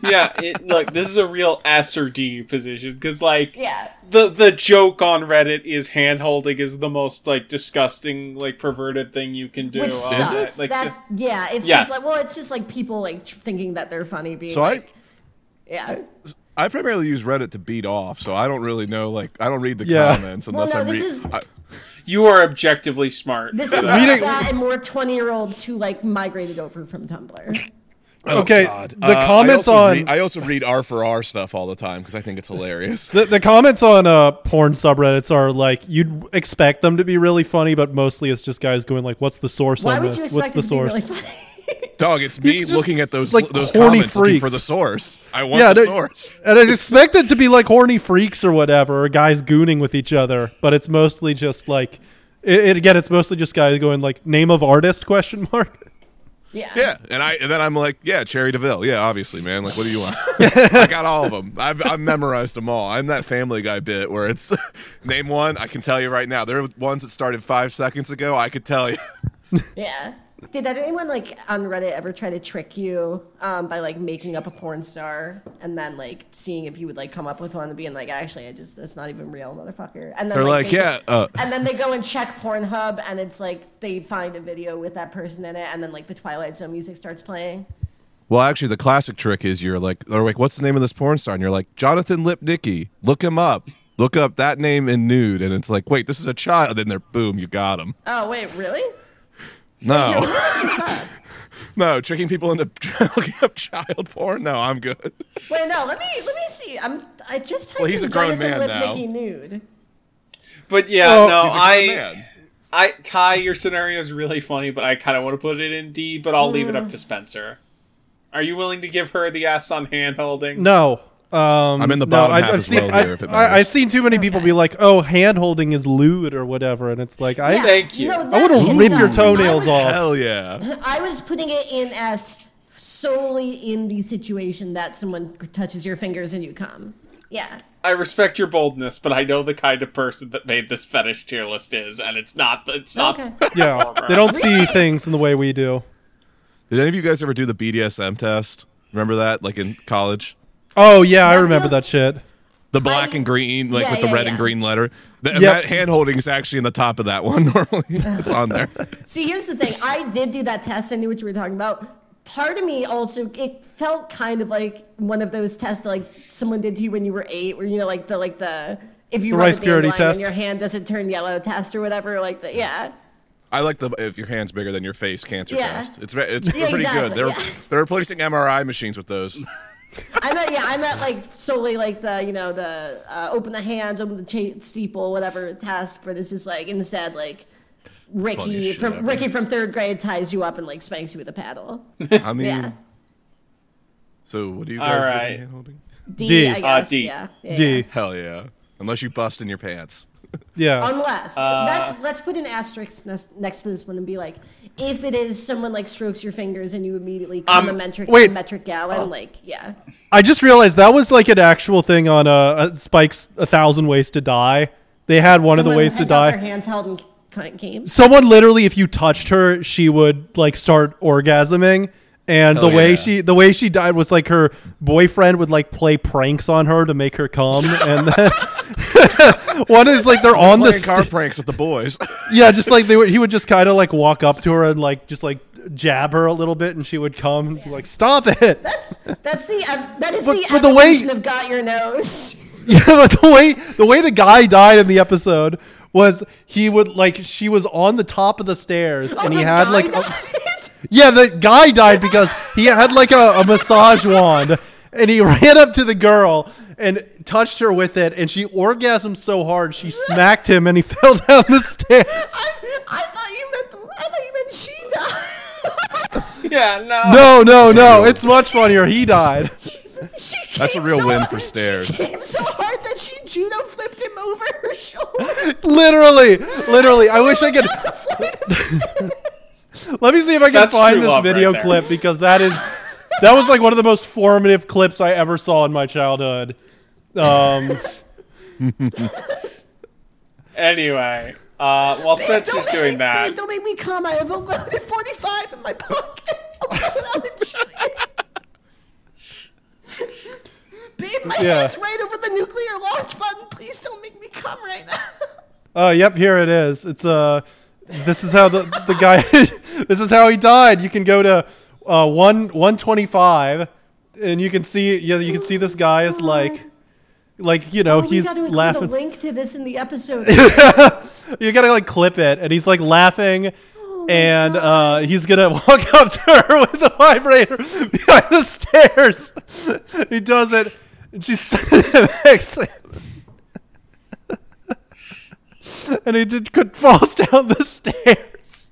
Speaker 3: yeah, it, look, this is a real S or D position because like
Speaker 1: Yeah.
Speaker 3: the the joke on Reddit is hand holding is the most like disgusting like perverted thing you can do.
Speaker 1: Which
Speaker 3: on
Speaker 1: sucks.
Speaker 3: it. Like,
Speaker 1: That's
Speaker 3: just-
Speaker 1: yeah. It's
Speaker 3: Yeah.
Speaker 1: just like well, it's just like people like tr- thinking that they're funny. Being
Speaker 2: so I
Speaker 1: like, yeah.
Speaker 2: I primarily use Reddit to beat off, so I don't really know like I don't read the
Speaker 4: Yeah.
Speaker 2: comments
Speaker 1: Well,
Speaker 2: unless
Speaker 1: no,
Speaker 2: I'm
Speaker 1: this
Speaker 2: re-
Speaker 1: is-
Speaker 2: I,
Speaker 3: you are objectively smart.
Speaker 1: This is
Speaker 2: Reading-
Speaker 1: that and more twenty year olds who like migrated over from Tumblr.
Speaker 4: okay,
Speaker 2: Oh, God.
Speaker 4: the
Speaker 2: Uh,
Speaker 4: comments
Speaker 2: I also
Speaker 4: on
Speaker 2: read, I also read R for R stuff all the time because I think it's hilarious.
Speaker 4: the, the comments on uh porn subreddits are like you'd expect them to be really funny, but mostly it's just guys going like, "What's the source
Speaker 1: Why
Speaker 4: on
Speaker 1: would
Speaker 4: this?
Speaker 1: you expect it
Speaker 4: What's the
Speaker 1: to
Speaker 4: source?"
Speaker 1: be really funny?
Speaker 2: Dog, it's me
Speaker 4: It's just
Speaker 2: looking at those
Speaker 4: like
Speaker 2: those
Speaker 4: horny
Speaker 2: comments looking for
Speaker 4: freaks.
Speaker 2: the source. I want
Speaker 4: yeah,
Speaker 2: the
Speaker 4: they-
Speaker 2: source.
Speaker 4: and I expect it to be like horny freaks or whatever, or guys gooning with each other, but it's mostly just like, it, it- again, it's mostly just guys going like, "Name of artist?" question mark.
Speaker 1: yeah.
Speaker 2: Yeah, and I and then I'm like, yeah, Cherry Deville. Yeah, obviously, man. Like, what do you want? I got all of them. I've I've memorized them all. I'm that Family Guy bit where it's name one. I can tell you right now. There are ones that started five seconds ago. I could tell you.
Speaker 1: Yeah. Did that anyone like on Reddit ever try to trick you um, by like making up a porn star and then like seeing if you would like come up with one and being like, actually, I just that's not even real, motherfucker. And then
Speaker 2: They're like,
Speaker 1: they-
Speaker 2: yeah, uh.
Speaker 1: and then they go and check Pornhub and it's like they find a video with that person in it and then like the Twilight Zone music starts playing.
Speaker 2: Well, actually, the classic trick is you're like, they're like, what's the name of this porn star? And you're like, Jonathan Lipnicki. Look him up. Look up that name in nude. And it's like, wait, this is a child. And they're boom, you got him.
Speaker 1: Oh wait, really?
Speaker 2: No,
Speaker 1: Look this up.
Speaker 2: no, tricking people into looking up child porn. No, I'm good.
Speaker 1: Wait, no. Let me let me see. I'm I just typed
Speaker 2: Well, he's
Speaker 1: in
Speaker 2: a grown
Speaker 1: Jonathan
Speaker 2: man now.
Speaker 1: Lipnicki nude.
Speaker 3: but yeah,
Speaker 4: Well,
Speaker 3: no,
Speaker 2: He's a grown
Speaker 3: I.
Speaker 2: man.
Speaker 3: I Ty, your scenario is really funny, but I kind of want to put it in D, but I'll leave it
Speaker 1: Hmm.
Speaker 3: up to Spencer. Are you willing to give her the S on hand holding?
Speaker 4: No. Um,
Speaker 2: I'm in the
Speaker 4: no,
Speaker 2: bottom
Speaker 4: I've-
Speaker 2: half
Speaker 4: I've
Speaker 2: as
Speaker 4: seen,
Speaker 2: well
Speaker 4: I,
Speaker 2: here, if it matters.
Speaker 4: I, have seen too many people be like, "Oh, hand holding is lewd" or whatever, and it's like, I
Speaker 1: Yeah,
Speaker 3: Thank you.
Speaker 1: No,
Speaker 3: I
Speaker 1: that
Speaker 4: wanna
Speaker 1: shit
Speaker 4: rip your
Speaker 1: sucks. I was-
Speaker 4: toenails off.
Speaker 2: Hell yeah.
Speaker 1: I was putting it in as solely in the situation that someone touches your fingers and you come. Yeah.
Speaker 3: I respect your boldness, but I know the kind of person that made this fetish tier list is, and it's not. It's not.
Speaker 1: Okay.
Speaker 4: yeah, they don't see things in the way we do.
Speaker 2: Did any of you guys ever do the BDSM test? Remember that, like in college?
Speaker 4: Oh yeah, I
Speaker 1: That
Speaker 4: remember
Speaker 1: feels-
Speaker 4: that shit.
Speaker 2: The black
Speaker 1: I-
Speaker 2: and green, like
Speaker 1: Yeah,
Speaker 2: with the
Speaker 1: yeah,
Speaker 2: red
Speaker 1: yeah.
Speaker 2: and green letter. The, and
Speaker 4: Yep.
Speaker 2: That hand holding is actually in the top of that one normally. it's on there.
Speaker 1: See, here's the thing. I did do that test. I knew what you were talking about. Part of me also it felt kind of like one of those tests that like someone did to you when you were eight, where you know, like the like the if you
Speaker 4: The
Speaker 1: rub
Speaker 4: rice
Speaker 1: a
Speaker 4: purity
Speaker 1: dandelion and
Speaker 4: test.
Speaker 1: your hand doesn't turn yellow test or whatever, like the yeah.
Speaker 2: I like the if your hand's bigger than your face cancer
Speaker 1: Yeah.
Speaker 2: test. It's ve- it's
Speaker 1: Yeah,
Speaker 2: pretty
Speaker 1: exactly,
Speaker 2: good. They're
Speaker 1: yeah.
Speaker 2: they're replacing MRI machines with those.
Speaker 1: I meant yeah, I meant like solely like the you know the uh, open the hands, open the cha- steeple, whatever test. But this is like instead like Ricky
Speaker 2: Funniest shit
Speaker 1: from
Speaker 2: ever.
Speaker 1: Ricky from third grade ties you up and like spanks you with a paddle.
Speaker 2: I mean,
Speaker 1: Yeah,
Speaker 2: so what do you
Speaker 3: All
Speaker 2: guys
Speaker 3: right.
Speaker 2: do hand holding?
Speaker 1: D,
Speaker 4: D.
Speaker 1: I guess.
Speaker 3: D.
Speaker 1: Yeah, yeah, yeah.
Speaker 4: D.
Speaker 2: Hell yeah! Unless you bust in your pants.
Speaker 4: Yeah.
Speaker 1: Unless
Speaker 4: Uh,
Speaker 1: that's let's put an asterisk nes- next to this one and be like, if it is someone like strokes your fingers and you immediately come a metric
Speaker 4: Um, wait. Oh.
Speaker 1: a metric gallon, like yeah,
Speaker 4: I just realized that was like an actual thing on uh, uh, Spike's A Thousand Ways to Die. They had one of
Speaker 1: Someone
Speaker 4: the ways to
Speaker 1: had got
Speaker 4: die.
Speaker 1: Their hands held in c- games.
Speaker 4: someone literally if you touched her she would like start orgasming and the
Speaker 2: Hell
Speaker 4: way
Speaker 2: yeah.
Speaker 4: she the way she died was like her boyfriend would like play pranks on her to make her come, and then one is like they're on the
Speaker 2: Playing car
Speaker 4: st-
Speaker 2: pranks with the boys.
Speaker 4: yeah, just like they would, he would just kind of like walk up to her and like just like jab her a little bit, and she would come and be like, "Stop it!"
Speaker 1: That's that's the ev- that is
Speaker 4: But-
Speaker 1: the
Speaker 4: but the way-
Speaker 1: evolution of got your nose.
Speaker 4: Yeah, but the way the way the guy died in the episode was he would like she was on the top of the stairs
Speaker 1: Oh,
Speaker 4: and he
Speaker 1: the
Speaker 4: had
Speaker 1: guy
Speaker 4: like
Speaker 1: died?
Speaker 4: a- yeah the guy died because he had like a, a massage wand and he ran up to the girl and touched her with it and she orgasmed so hard she smacked him and he fell down the stairs.
Speaker 1: I, I thought you meant the, I thought you meant she died.
Speaker 3: Yeah, no.
Speaker 4: No, no, no! It's much funnier. He died.
Speaker 1: She
Speaker 2: That's a
Speaker 1: came
Speaker 2: real
Speaker 1: so
Speaker 2: win
Speaker 1: hard-
Speaker 2: for Stairs.
Speaker 1: She came so hard that she judo flipped him over her shoulder.
Speaker 4: Literally, literally. I wish I could. Let me see if I can
Speaker 3: That's
Speaker 4: find
Speaker 3: true
Speaker 4: this
Speaker 3: love right
Speaker 4: video
Speaker 3: there.
Speaker 4: clip because that is that was like one of the most formative clips I ever saw in my childhood. Um,
Speaker 3: Anyway, uh, while Sets is
Speaker 1: Don't make
Speaker 3: doing
Speaker 1: me,
Speaker 3: that,
Speaker 1: Babe, don't make me come. I have a loaded 45 in my pocket. I'm going on a giant. Babe, my
Speaker 4: Yeah.
Speaker 1: hand's right over the nuclear launch button. Please don't make me come right now.
Speaker 4: oh, yep, here it is. It's uh, this is how the the guy. this is how he died. You can go to uh, one one twenty five, and you can see yeah, you can see this guy is like, like you know
Speaker 1: Oh, we
Speaker 4: he's
Speaker 1: got to include
Speaker 4: laughing.
Speaker 1: a link to this in the episode.
Speaker 4: you gotta like clip it and he's like laughing and uh, he's gonna walk up to her with the vibrator behind the stairs he does it and she's and he did, could falls down the stairs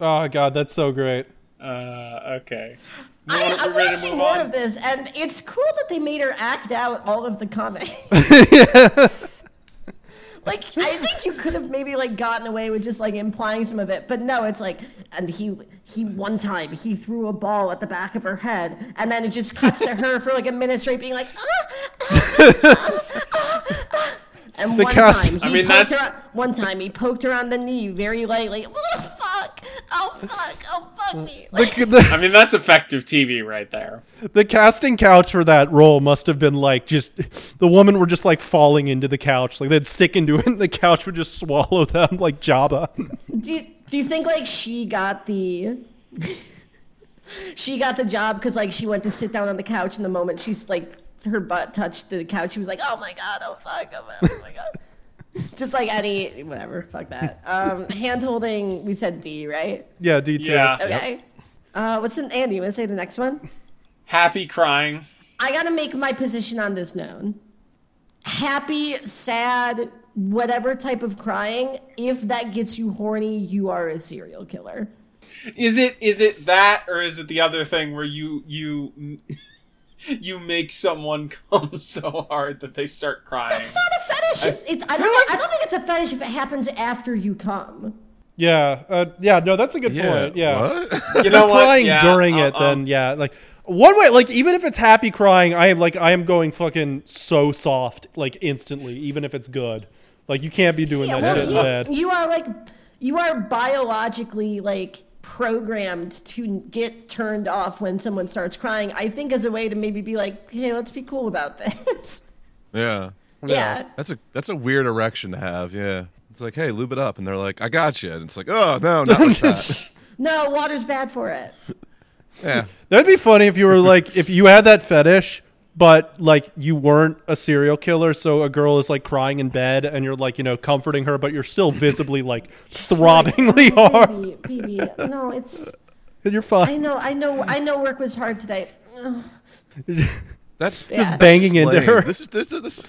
Speaker 4: oh god that's so great
Speaker 3: uh, okay. You
Speaker 1: I,
Speaker 3: wanna-
Speaker 1: I'm
Speaker 3: we ready to
Speaker 1: watching
Speaker 3: move
Speaker 1: more
Speaker 3: on?
Speaker 1: of this, and it's cool that they made her act out all of the comedy. like, I think you could have maybe like gotten away with just like implying some of it, but no, it's like, and he he one time he threw a ball at the back of her head, and then it just cuts to her for like a minute straight being like, ah, ah, ah, ah, ah." and one
Speaker 4: cast-
Speaker 1: time he
Speaker 3: I mean,
Speaker 1: poked
Speaker 3: that's-
Speaker 1: her on, one time he poked her on the knee very lightly. Oh fuck! Oh fuck! Oh fuck me! Like,
Speaker 4: The- the-
Speaker 3: I mean, that's effective TV right there.
Speaker 4: the casting couch for that role must have been like just the woman were just like falling into the couch like they'd stick into it and the couch would just swallow them like jabba
Speaker 1: do do you think like she got the she got the job because like she went to sit down on the couch and the moment she's like her butt touched the couch she was like oh my god oh fuck oh my, oh my god just like any whatever fuck that um hand holding we said d right
Speaker 4: yeah d2
Speaker 3: Yeah.
Speaker 1: okay uh what's an andy you want to say the next one
Speaker 3: Happy crying.
Speaker 1: i gotta make my position on this known happy sad whatever type of crying if that gets you horny you are a serial killer
Speaker 3: Is it is it that or is it the other thing where you you you make someone come so hard that they start crying?
Speaker 1: It's not a fetish. If it's, I, don't think, I don't think it's a fetish if it happens after you come.
Speaker 4: Yeah, uh, yeah, no, that's a good point. Yeah,
Speaker 2: What?
Speaker 3: you know what?
Speaker 4: crying
Speaker 3: Yeah,
Speaker 4: during
Speaker 3: uh,
Speaker 4: it,
Speaker 3: um,
Speaker 4: then yeah, like one way, like even if it's happy crying, I am like I am going fucking so soft, like instantly, even if it's good. Like you can't be doing
Speaker 1: Yeah,
Speaker 4: that
Speaker 1: well,
Speaker 4: shit
Speaker 1: you,
Speaker 4: sad.
Speaker 1: you are like, you are biologically like programmed to get turned off when someone starts crying. I think as a way to maybe be like, hey, let's be cool about this.
Speaker 2: yeah.
Speaker 1: yeah.
Speaker 2: That's a that's a weird erection to have. Yeah. It's like, hey, lube it up, and they're like, I got you, and it's like, oh no, not like that.
Speaker 1: No, water's bad for it.
Speaker 2: yeah.
Speaker 4: That'd be funny if you were like if you had that fetish, but like you weren't a serial killer, so a girl is like crying in bed, and you're like you know comforting her, but you're still visibly like throbbingly hard.
Speaker 1: Baby, baby, no, it's.
Speaker 4: And you're
Speaker 1: I
Speaker 4: fine,
Speaker 1: know, I know, I know. Work was hard today.
Speaker 2: That's
Speaker 1: Yeah.
Speaker 4: just banging
Speaker 2: just
Speaker 4: into
Speaker 2: lame.
Speaker 4: her.
Speaker 2: This is this this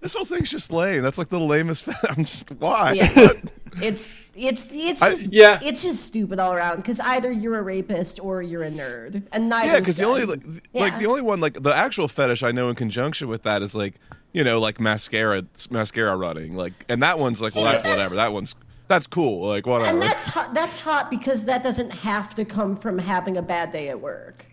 Speaker 2: this whole thing's just lame. That's like the lamest. I'm just why.
Speaker 1: Yeah. It's it's it's
Speaker 2: I-
Speaker 1: just
Speaker 3: yeah.
Speaker 1: it's just stupid all around because either you're a rapist or you're a nerd and neither.
Speaker 2: Yeah, because the only like, th- like
Speaker 1: Yeah.
Speaker 2: the only one like the actual fetish I know in conjunction with that is like you know like mascara mascara running like and that one's like well
Speaker 1: See,
Speaker 2: that's
Speaker 1: that's-
Speaker 2: whatever that one's that's cool like whatever
Speaker 1: and that's hot, that's hot because that doesn't have to come from having a bad day at work.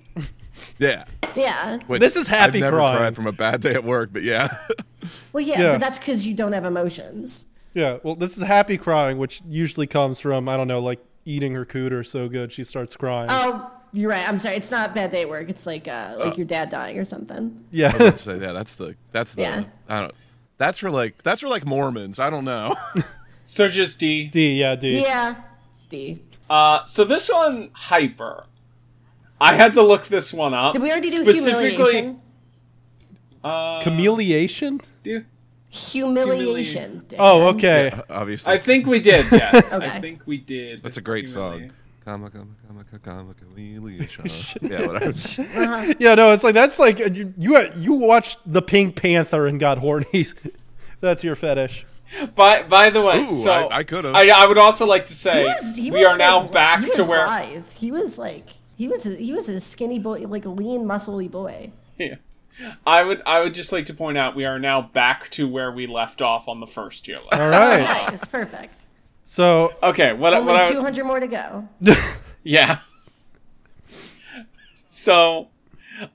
Speaker 2: yeah.
Speaker 1: Yeah.
Speaker 2: Wait,
Speaker 4: This is happy
Speaker 2: I've never
Speaker 4: crying.
Speaker 2: cried from a bad day at work, but yeah,
Speaker 1: Well, yeah,
Speaker 4: Yeah.
Speaker 1: but that's because you don't have emotions.
Speaker 4: Yeah, well, this is happy crying, which usually comes from I don't know, like eating her cooter so good she starts crying.
Speaker 1: Oh, You're right. I'm sorry. It's not bad day at work. It's like uh, like your dad dying or something.
Speaker 2: I was
Speaker 4: Yeah.
Speaker 2: about to say, yeah, that's the that's the
Speaker 1: Yeah.
Speaker 2: I don't. That's for like that's for like Mormons. I don't know.
Speaker 3: So just D.
Speaker 4: D, yeah, D.
Speaker 1: Yeah. D.
Speaker 3: Uh, so this one, hyper. I had to look this one up.
Speaker 1: Did we already do
Speaker 3: Specifically-
Speaker 1: humiliation?
Speaker 3: Uh,
Speaker 4: Chameleation?
Speaker 3: do-
Speaker 1: Humiliation. Dan.
Speaker 4: Oh, okay.
Speaker 2: Obviously,
Speaker 3: I think we did. Yes, I
Speaker 1: Okay.
Speaker 3: think we did.
Speaker 2: that's a great song.
Speaker 3: Humiliate.
Speaker 2: Kama kama kama ka- kama chameleon. Yeah, whatever.
Speaker 1: Uh-huh.
Speaker 4: Yeah, no, it's like that's like you you, you watched the Pink Panther and got horny. that's your fetish.
Speaker 3: By by the way,
Speaker 2: Ooh,
Speaker 3: so
Speaker 2: I- I could've.
Speaker 3: I, I would also like to say
Speaker 1: He was- he
Speaker 3: we
Speaker 1: was,
Speaker 3: are now
Speaker 1: like,
Speaker 3: back
Speaker 1: he
Speaker 3: to
Speaker 1: was
Speaker 3: where.
Speaker 1: lithe. he was like he was a, he was a skinny boy, like a lean, muscly boy.
Speaker 3: Yeah. I would I would just like to point out we are now back to where we left off on the first tier list.
Speaker 4: All right.
Speaker 1: Nice, perfect.
Speaker 4: So,
Speaker 3: E. Okay, what, I-
Speaker 1: Only
Speaker 3: what I,
Speaker 1: 200 more to go.
Speaker 3: Yeah. so,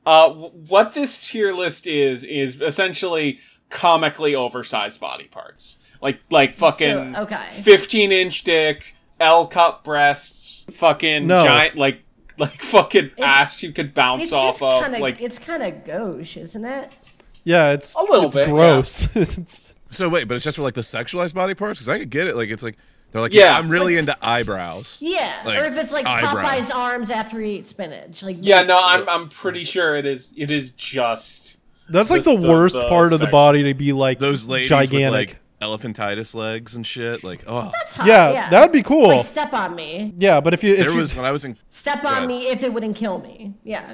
Speaker 3: uh, w- what this tier list is is essentially comically oversized body parts, like like fucking
Speaker 1: So, okay.
Speaker 3: fifteen inch dick, L cup breasts, fucking
Speaker 4: No.
Speaker 3: giant like like fucking ass you could bounce
Speaker 1: It's
Speaker 3: off
Speaker 1: just
Speaker 3: of,
Speaker 1: kind of
Speaker 3: like
Speaker 1: it's kind of gauche, isn't it?
Speaker 4: yeah, it's
Speaker 2: Oh,
Speaker 3: A little
Speaker 4: it's
Speaker 3: bit, yeah.
Speaker 4: gross. it's,
Speaker 2: So wait, but it's just for like the sexualized body parts because I could get it. Like it's like they're like,
Speaker 3: Yeah.
Speaker 2: yeah, I'm really into eyebrows.
Speaker 1: Yeah,
Speaker 2: Like,
Speaker 1: or if it's like
Speaker 2: eyebrow.
Speaker 1: Popeye's arms after he ate spinach, like
Speaker 3: yeah, no, I'm I'm pretty sure it is it is just
Speaker 4: that's like
Speaker 3: Just
Speaker 4: the,
Speaker 3: the-
Speaker 4: worst
Speaker 3: the
Speaker 4: part of the
Speaker 3: sex-
Speaker 4: body to be like
Speaker 2: Those ladies with
Speaker 4: gigantic.
Speaker 2: like elephantitis legs and shit. Like oh,
Speaker 1: That's hot.
Speaker 4: Yeah, that would be cool.
Speaker 1: It's like step on me,
Speaker 4: yeah, but if you if
Speaker 2: there
Speaker 4: you,
Speaker 2: was when I was in.
Speaker 1: step
Speaker 2: Yeah.
Speaker 1: on me if it wouldn't kill me. Yeah,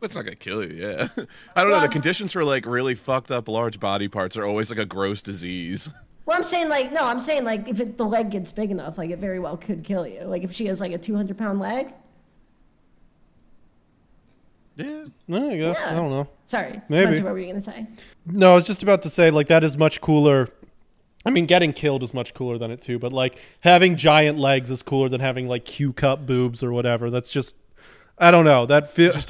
Speaker 2: It's not gonna kill you. Yeah, I don't know.
Speaker 1: Well-
Speaker 2: The conditions for like really fucked up large body parts are always like a gross disease.
Speaker 1: well, I'm saying like no, I'm saying like if it, the leg gets big enough, like it very well could kill you. Like if she has like a 200 pound leg.
Speaker 2: Yeah.
Speaker 4: No, Eh, I guess I
Speaker 1: Yeah.
Speaker 4: don't know.
Speaker 1: Sorry,
Speaker 4: Maybe.
Speaker 1: Spencer, what were you gonna say?
Speaker 4: No, I was just about to say like that is much cooler. I mean, getting killed is much cooler than it too, but like having giant legs is cooler than having like Q cup boobs or whatever. That's just I don't know. That feels.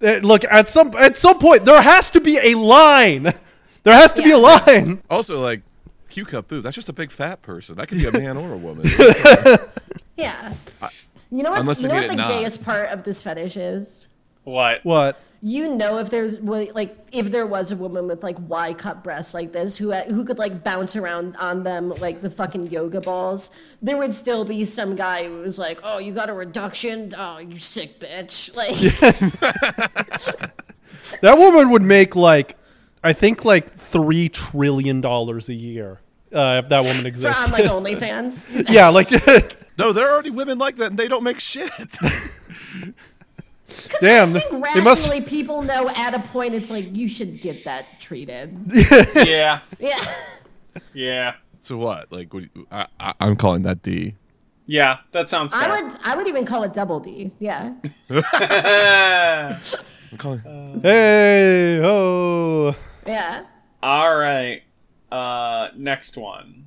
Speaker 4: Look at some at some point there has to be a line. There has to be a line.
Speaker 2: Also like. Q cup boob. That's just a big fat person. That could be a man or a woman.
Speaker 1: Yeah. You know what?
Speaker 2: Unless
Speaker 1: You
Speaker 2: they
Speaker 1: know
Speaker 2: made
Speaker 1: what the
Speaker 2: it not.
Speaker 1: gayest part of this fetish is?
Speaker 3: what
Speaker 4: What?
Speaker 1: You know, if there's wa- like if there was a woman with like Y cup breasts like this who uh, who could like bounce around on them like the fucking yoga balls, there would still be some guy who was like, "Oh, you got a reduction? Oh, you sick bitch!" Like,
Speaker 4: That woman would make like I think like three trillion dollars a year uh, if that woman
Speaker 1: for
Speaker 4: exists.
Speaker 1: on like OnlyFans.
Speaker 4: yeah, like damn,
Speaker 2: no, there are already women like that, and they don't make shit.
Speaker 1: I think
Speaker 4: they must
Speaker 1: rationally people know at a point it's like you should get that treated.
Speaker 3: yeah
Speaker 1: Yeah.
Speaker 3: yeah
Speaker 2: so what? Like, what, do you- I, I, I'm calling that D.
Speaker 3: yeah that sounds
Speaker 1: I
Speaker 3: fair.
Speaker 1: would I would even call it double D. Yeah.
Speaker 3: Ah.
Speaker 2: I'm calling.
Speaker 4: Hey, oh.
Speaker 1: Yeah.
Speaker 3: all right uh next one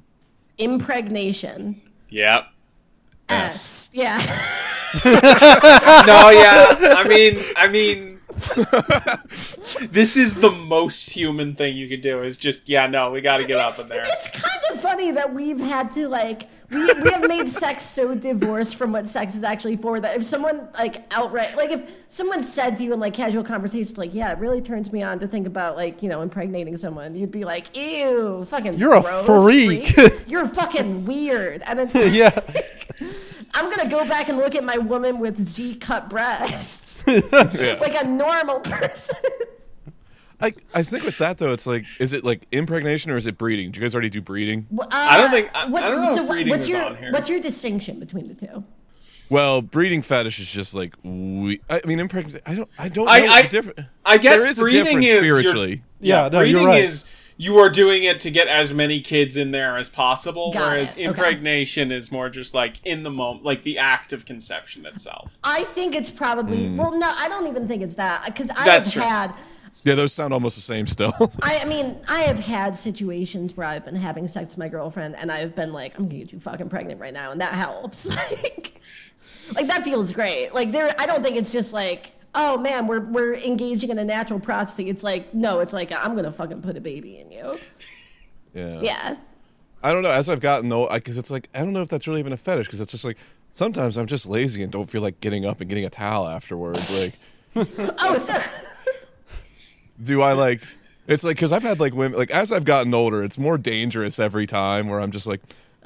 Speaker 1: Impregnation.
Speaker 3: yep
Speaker 1: S. Yeah.
Speaker 3: No, yeah. I mean, I mean, this is the most human thing you could do. Is just, yeah, no, we got to get up
Speaker 1: it's,
Speaker 3: in there.
Speaker 1: it's kind of funny that we've had to like we, we have made sex so divorced from what sex is actually for that if someone like outright like if someone said to you in like casual conversations like yeah it really turns me on to think about like you know impregnating someone you'd be like ew fucking
Speaker 4: You're a
Speaker 1: gross,
Speaker 4: freak."
Speaker 1: you're fucking weird and then
Speaker 4: Yeah.
Speaker 1: I'm gonna go back and look at my woman with Z cut breasts like a normal person
Speaker 2: I, I think with that though, it's like, is it like impregnation or is it breeding? Do you guys already do breeding?
Speaker 1: I
Speaker 3: don't think- I- I don't know if breeding
Speaker 1: what's
Speaker 3: is
Speaker 1: your
Speaker 3: on here.
Speaker 1: what's your distinction between the two
Speaker 2: Well, breeding fetish is just like we. I mean, impregnation. I don't. I don't know
Speaker 3: I-
Speaker 2: the
Speaker 3: I-
Speaker 2: difference.
Speaker 3: I guess
Speaker 2: there is a
Speaker 3: breeding
Speaker 2: difference
Speaker 3: is your-
Speaker 2: spiritually.
Speaker 4: Yeah, no,
Speaker 3: Breeding
Speaker 4: you're right.
Speaker 3: is you are doing it to get as many kids in there as possible,
Speaker 1: Got
Speaker 3: whereas
Speaker 1: it, okay.
Speaker 3: impregnation is more just like in the moment, like the act of conception itself.
Speaker 1: I think it's probably
Speaker 2: Mm.
Speaker 1: well. No, I don't even think it's that because I
Speaker 3: That's
Speaker 1: have
Speaker 3: true.
Speaker 1: had.
Speaker 2: Yeah, those sound almost the same still.
Speaker 1: I, I mean, I have had situations where I've been having sex with my girlfriend, and I've been like, "I'm gonna get you fucking pregnant right now," and that helps. like, like that feels great. Like there, I don't think it's just like, "Oh man, we're we're engaging in a natural process." It's like, no, it's like I'm gonna fucking put a baby in you.
Speaker 2: yeah.
Speaker 1: Yeah.
Speaker 2: I don't know. As I've gotten old, because it's like I don't know if that's really even a fetish. Because it's just like sometimes I'm just lazy and don't feel like getting up and getting a towel afterwards. Like,
Speaker 1: Oh, so
Speaker 2: do I like? It's like because I've had like women. Like as I've gotten older, it's more dangerous every time. Where I'm just like,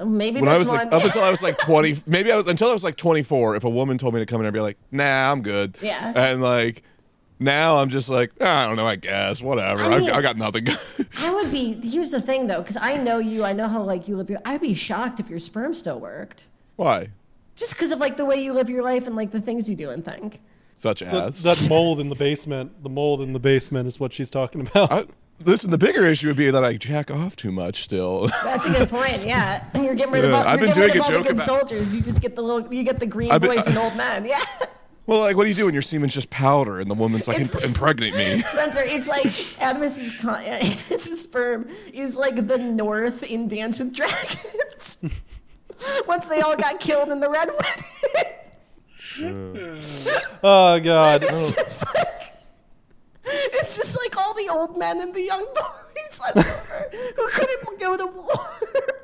Speaker 1: maybe
Speaker 2: when I
Speaker 1: this
Speaker 2: was
Speaker 1: one.
Speaker 2: like up until I was like 20, maybe I was until I was like 24. If a woman told me to come in, I'd be like, "Nah, I'm good."
Speaker 1: Yeah.
Speaker 2: And like now, I'm just like, "Ah, I don't know. I guess whatever.
Speaker 1: I
Speaker 2: I,
Speaker 1: mean-
Speaker 2: I, got nothing.
Speaker 1: I would be. Here's the thing, though, because I know you. I know how like you live your. I'd be shocked if your sperm still worked,
Speaker 2: Why?
Speaker 1: just because of like the way you live your life and like the things you do and think.
Speaker 2: Such
Speaker 4: That,
Speaker 2: as
Speaker 4: that mold in the basement. The mold in the basement is what she's talking about.
Speaker 2: I, listen, the bigger issue would be that I jack off too much still.
Speaker 1: That's a good point. Yeah, and you're getting rid of.
Speaker 2: Yeah,
Speaker 1: All,
Speaker 2: I've
Speaker 1: you're
Speaker 2: been
Speaker 1: getting
Speaker 2: doing a
Speaker 1: rid of all the
Speaker 2: joke
Speaker 1: good
Speaker 2: about-
Speaker 1: soldiers. You just get the little. You get the green
Speaker 2: I've been-
Speaker 1: boys and old men. Yeah,
Speaker 2: well, like, what do you do when your semen's just powder and the woman's like,
Speaker 1: It's-
Speaker 2: "Imp- impregnate me?
Speaker 1: Spencer. It's like Adamis's con- Adamis's sperm is like the North in Dance with Dragons. Once they all got killed in the Red Wedding.
Speaker 4: Oh God.
Speaker 1: It's just like it's just like all the old men and the young boys left over who couldn't go to war.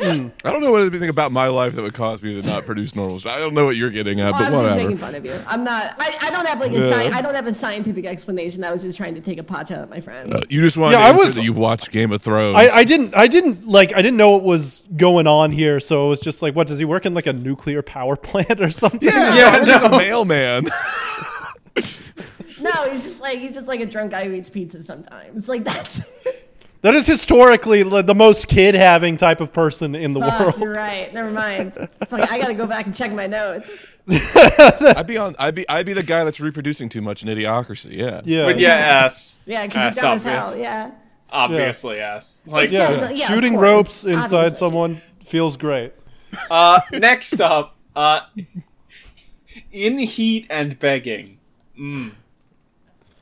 Speaker 2: I don't know what anything about my life that would cause me to not produce normal. I don't know what you're getting at, but
Speaker 1: I'm just
Speaker 2: whatever.
Speaker 1: making fun of you. I'm not. I, I don't have like a sci- I don't have a scientific explanation. I was just trying to take a pot shot at my friend.
Speaker 4: Uh,
Speaker 2: you just wanted
Speaker 4: Yeah,
Speaker 2: to
Speaker 4: I
Speaker 2: answer
Speaker 4: was-
Speaker 2: that you've watched Game of Thrones.
Speaker 4: I, I didn't I didn't like I didn't know what was going on here, so it was just like, what does he work in like a nuclear power plant or something?
Speaker 2: yeah,
Speaker 3: Yeah,
Speaker 2: I'm just a
Speaker 3: no.
Speaker 2: mailman.
Speaker 1: no, he's just like he's just like a drunk guy who eats pizza sometimes. Like that's.
Speaker 4: That is historically li- the most kid having type of person in the
Speaker 1: Fuck,
Speaker 4: world.
Speaker 1: you're right. Never mind. Fuck, I gotta go back and check my notes.
Speaker 2: I'd be on. I'd be. I'd be the guy that's reproducing too much in Idiocracy. Yeah.
Speaker 4: Yeah.
Speaker 3: But yeah, ass.
Speaker 1: Yeah, because
Speaker 3: Ass,
Speaker 1: you're dumb as
Speaker 3: obvious.
Speaker 1: hell. Yeah.
Speaker 3: Obviously, ass. Like,
Speaker 1: Yeah.
Speaker 4: Yeah.
Speaker 1: Definitely- yeah, of
Speaker 4: Shooting
Speaker 1: course,
Speaker 4: ropes inside
Speaker 1: obviously.
Speaker 4: someone feels great.
Speaker 3: uh, next up, uh, in heat and begging.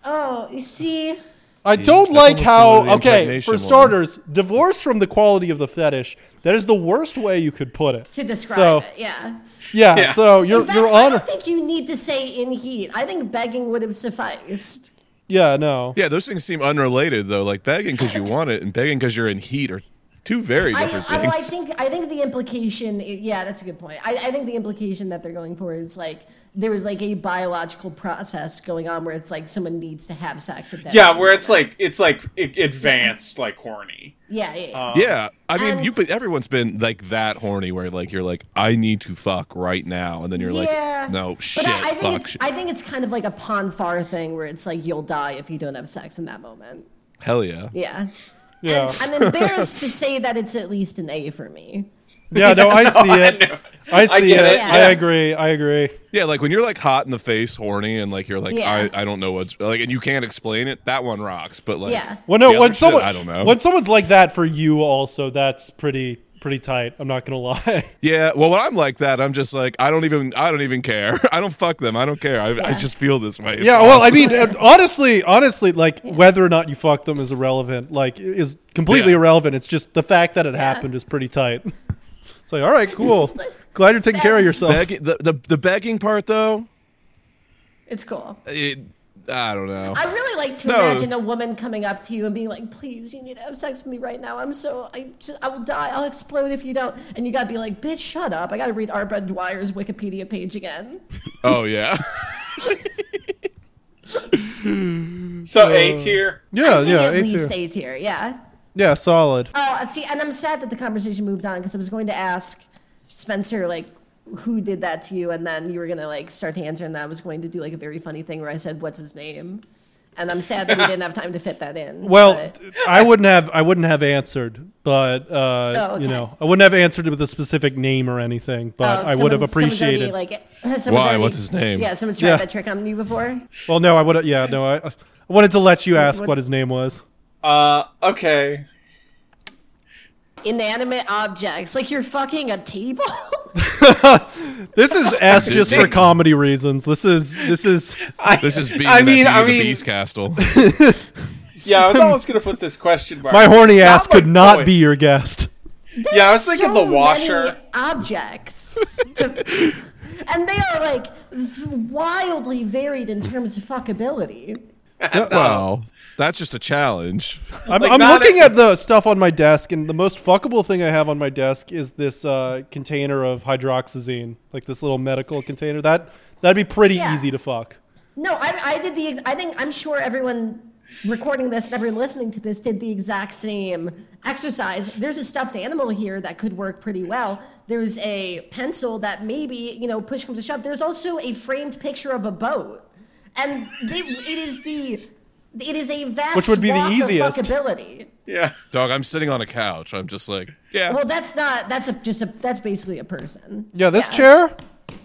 Speaker 1: Oh, you see.
Speaker 4: I don't
Speaker 2: that's almost similar
Speaker 4: like
Speaker 2: to
Speaker 4: how
Speaker 2: the
Speaker 4: okay,
Speaker 2: impregnation
Speaker 4: for
Speaker 2: one.
Speaker 4: starters, divorced from the quality of the fetish, that is the worst way you could put it.
Speaker 1: To describe
Speaker 4: So-
Speaker 1: it, yeah.
Speaker 4: Yeah,
Speaker 3: Yeah.
Speaker 4: so you're
Speaker 1: In fact,
Speaker 4: you're
Speaker 1: I
Speaker 4: on
Speaker 1: don't think you need to say in heat. I think begging would have sufficed.
Speaker 4: Yeah, no.
Speaker 2: Yeah. Those things seem unrelated though. Like begging because you want it and begging because you're in heat are two very
Speaker 1: I,
Speaker 2: different
Speaker 1: I,
Speaker 2: things.
Speaker 1: well, I think I think the implication. Yeah, that's a good point. I, I think the implication that they're going for is like there was like a biological process going on where it's like someone needs to have sex at that.
Speaker 3: Yeah,
Speaker 1: moment.
Speaker 3: where it's like it's like i- advanced, like horny.
Speaker 1: yeah, yeah, yeah.
Speaker 2: yeah. I mean,
Speaker 1: And-
Speaker 2: you. But everyone's been like that horny where like you're like, I need to fuck right now, and then you're
Speaker 1: yeah.
Speaker 2: like, No shit.
Speaker 1: But I, I think
Speaker 2: fuck.
Speaker 1: it's
Speaker 2: shit.
Speaker 1: I think it's kind of like a Ponfar thing where it's like you'll die if you don't have sex in that moment.
Speaker 2: Hell yeah.
Speaker 1: Yeah.
Speaker 4: Yeah.
Speaker 1: I'm embarrassed to say that it's at least an A for me.
Speaker 4: Yeah, no, I see
Speaker 3: I
Speaker 4: it.
Speaker 3: know.
Speaker 4: I see
Speaker 3: get
Speaker 4: it.
Speaker 3: it,
Speaker 4: I
Speaker 1: yeah.
Speaker 4: agree. I agree.
Speaker 2: Yeah, like when you're like hot in the face, horny, and like you're like,
Speaker 1: Yeah.
Speaker 2: I, I don't know what's like, and you can't explain it. That one rocks, but like,
Speaker 1: Yeah.
Speaker 4: Well, no,
Speaker 2: the other
Speaker 4: when
Speaker 2: shit,
Speaker 4: someone
Speaker 2: I don't know.
Speaker 4: when someone's like that for you, also that's pretty pretty tight. I'm not gonna lie.
Speaker 2: Yeah, well, when I'm like that, I'm just like, I don't even, I don't even care. I don't fuck them. I don't care. I, I
Speaker 1: Yeah.
Speaker 2: just feel this way. It's
Speaker 4: yeah, well, I
Speaker 2: awesome.
Speaker 4: mean, uh, honestly, honestly, like whether or not you fuck them is irrelevant. Like i- is completely
Speaker 2: Yeah.
Speaker 4: irrelevant. It's just the fact that it happened is pretty tight. It's like, all right, cool. Glad you're taking care of
Speaker 1: That's-
Speaker 4: yourself.
Speaker 2: Beg- the, the the begging part though,
Speaker 1: It's cool.
Speaker 2: it, I don't know.
Speaker 1: I really like to
Speaker 2: No.
Speaker 1: imagine a woman coming up to you and being like, "Please, you need to have sex with me right now. I'm so I just I will die. I'll explode if you don't." And you gotta be like, "Bitch, shut up. I gotta read Arba Dwyer's Wikipedia page again."
Speaker 2: oh yeah,
Speaker 3: So A
Speaker 4: Uh.
Speaker 3: tier.
Speaker 1: I
Speaker 4: Yeah,
Speaker 1: think
Speaker 4: yeah,
Speaker 1: at
Speaker 4: A
Speaker 1: least
Speaker 4: tier.
Speaker 1: A tier. Yeah.
Speaker 4: yeah, solid.
Speaker 1: Oh, I see, and I'm sad that the conversation moved on because I was going to ask Spencer like who did that to you, and then you were gonna like start to answer, and I was going to do like a very funny thing where I said, "What's his name?" And I'm sad that we didn't have time to fit that in.
Speaker 4: Well,
Speaker 1: but-
Speaker 4: I wouldn't have I wouldn't have answered, but uh,
Speaker 1: Oh, okay.
Speaker 4: you know, I wouldn't have answered with a specific name or anything, but
Speaker 1: Oh,
Speaker 4: I would have
Speaker 1: someone- someone's already,
Speaker 4: appreciated.
Speaker 1: Like, someone's
Speaker 2: Why?
Speaker 1: already-
Speaker 2: What's his name?
Speaker 1: Yeah, someone's tried
Speaker 4: Yeah.
Speaker 1: that trick on you before.
Speaker 4: well, no, I would have. Yeah, no, I, I wanted to let you ask
Speaker 1: What-
Speaker 4: what his name was.
Speaker 3: Uh, okay.
Speaker 1: Inanimate objects, like you're fucking a table.
Speaker 4: This is S just for
Speaker 2: Dang.
Speaker 4: comedy reasons. This is this is
Speaker 2: this is being
Speaker 3: I mean,
Speaker 2: that Beauty
Speaker 3: I
Speaker 2: and
Speaker 3: mean-
Speaker 2: the Beast castle.
Speaker 3: Yeah, I was almost gonna put this question mark.
Speaker 4: my horny
Speaker 3: It's
Speaker 4: ass
Speaker 3: my
Speaker 4: could not
Speaker 3: choice.
Speaker 4: be your guest.
Speaker 3: Yeah, I was thinking
Speaker 1: so
Speaker 3: the washer.
Speaker 1: Many objects, to- and they are like v- wildly varied in terms of fuckability.
Speaker 2: Well, that's just a challenge.
Speaker 4: I'm,
Speaker 3: Like,
Speaker 4: I'm
Speaker 3: not
Speaker 4: looking
Speaker 3: a-
Speaker 4: at the stuff on my desk, and the most fuckable thing I have on my desk is this uh, container of hydroxyzine, like this little medical container. That that'd be pretty
Speaker 1: Yeah.
Speaker 4: easy to fuck.
Speaker 1: No, I, I did the. ex- I think I'm sure everyone recording this and everyone listening to this did the exact same exercise. There's a stuffed animal here that could work pretty well. There's a pencil that maybe you know push comes to shove. There's also a framed picture of a boat, and they, it is the. It is a vast
Speaker 4: Which would be the
Speaker 1: swath of
Speaker 4: easiest.
Speaker 1: fuckability.
Speaker 3: Yeah.
Speaker 2: Dog, I'm sitting on a couch. I'm just like, yeah.
Speaker 1: Well, that's not. That's a, just a. That's basically a person.
Speaker 4: Yeah, this chair.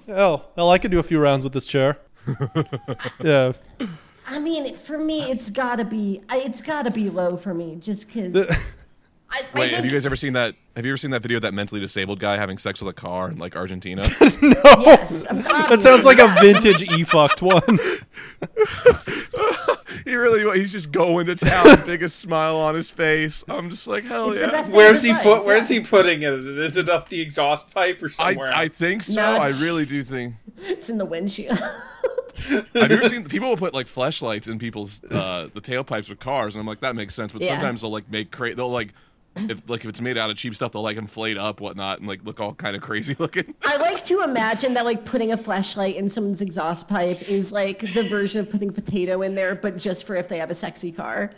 Speaker 4: Hell, hell, I could do a few rounds with this chair. yeah,
Speaker 1: I mean, for me, it's gotta be. I- It's gotta be low for me, just because. I, I
Speaker 2: Wait,
Speaker 1: think,
Speaker 2: have you guys ever seen that? Have you ever seen that video of that mentally disabled guy having sex with a car in like Argentina?
Speaker 1: Yes, that
Speaker 4: that sounds like a vintage e fucked one.
Speaker 2: he really, he's just going to town, biggest smile on his face. I'm just like, hell
Speaker 1: It's the
Speaker 2: yeah.
Speaker 1: best thing
Speaker 3: Where's
Speaker 1: to
Speaker 3: he
Speaker 1: say,
Speaker 3: put? Where's
Speaker 1: yeah.
Speaker 3: he putting it? Is it up the exhaust pipe or
Speaker 2: I,
Speaker 3: somewhere?
Speaker 2: I
Speaker 3: else?
Speaker 2: think so.
Speaker 1: No,
Speaker 2: I
Speaker 1: it's-
Speaker 2: really do think.
Speaker 1: It's in the windshield.
Speaker 2: I've never seen people will put like flashlights in people's uh, the tailpipes of cars, and I'm like, that makes sense. But
Speaker 1: Yeah.
Speaker 2: sometimes they'll like make cra- they'll like if like if it's made out of cheap stuff, they'll like inflate up whatnot and like look all kind of crazy looking.
Speaker 1: I like to imagine that like putting a flashlight in someone's exhaust pipe is like the version of putting potato in there, but just for if they have a sexy car.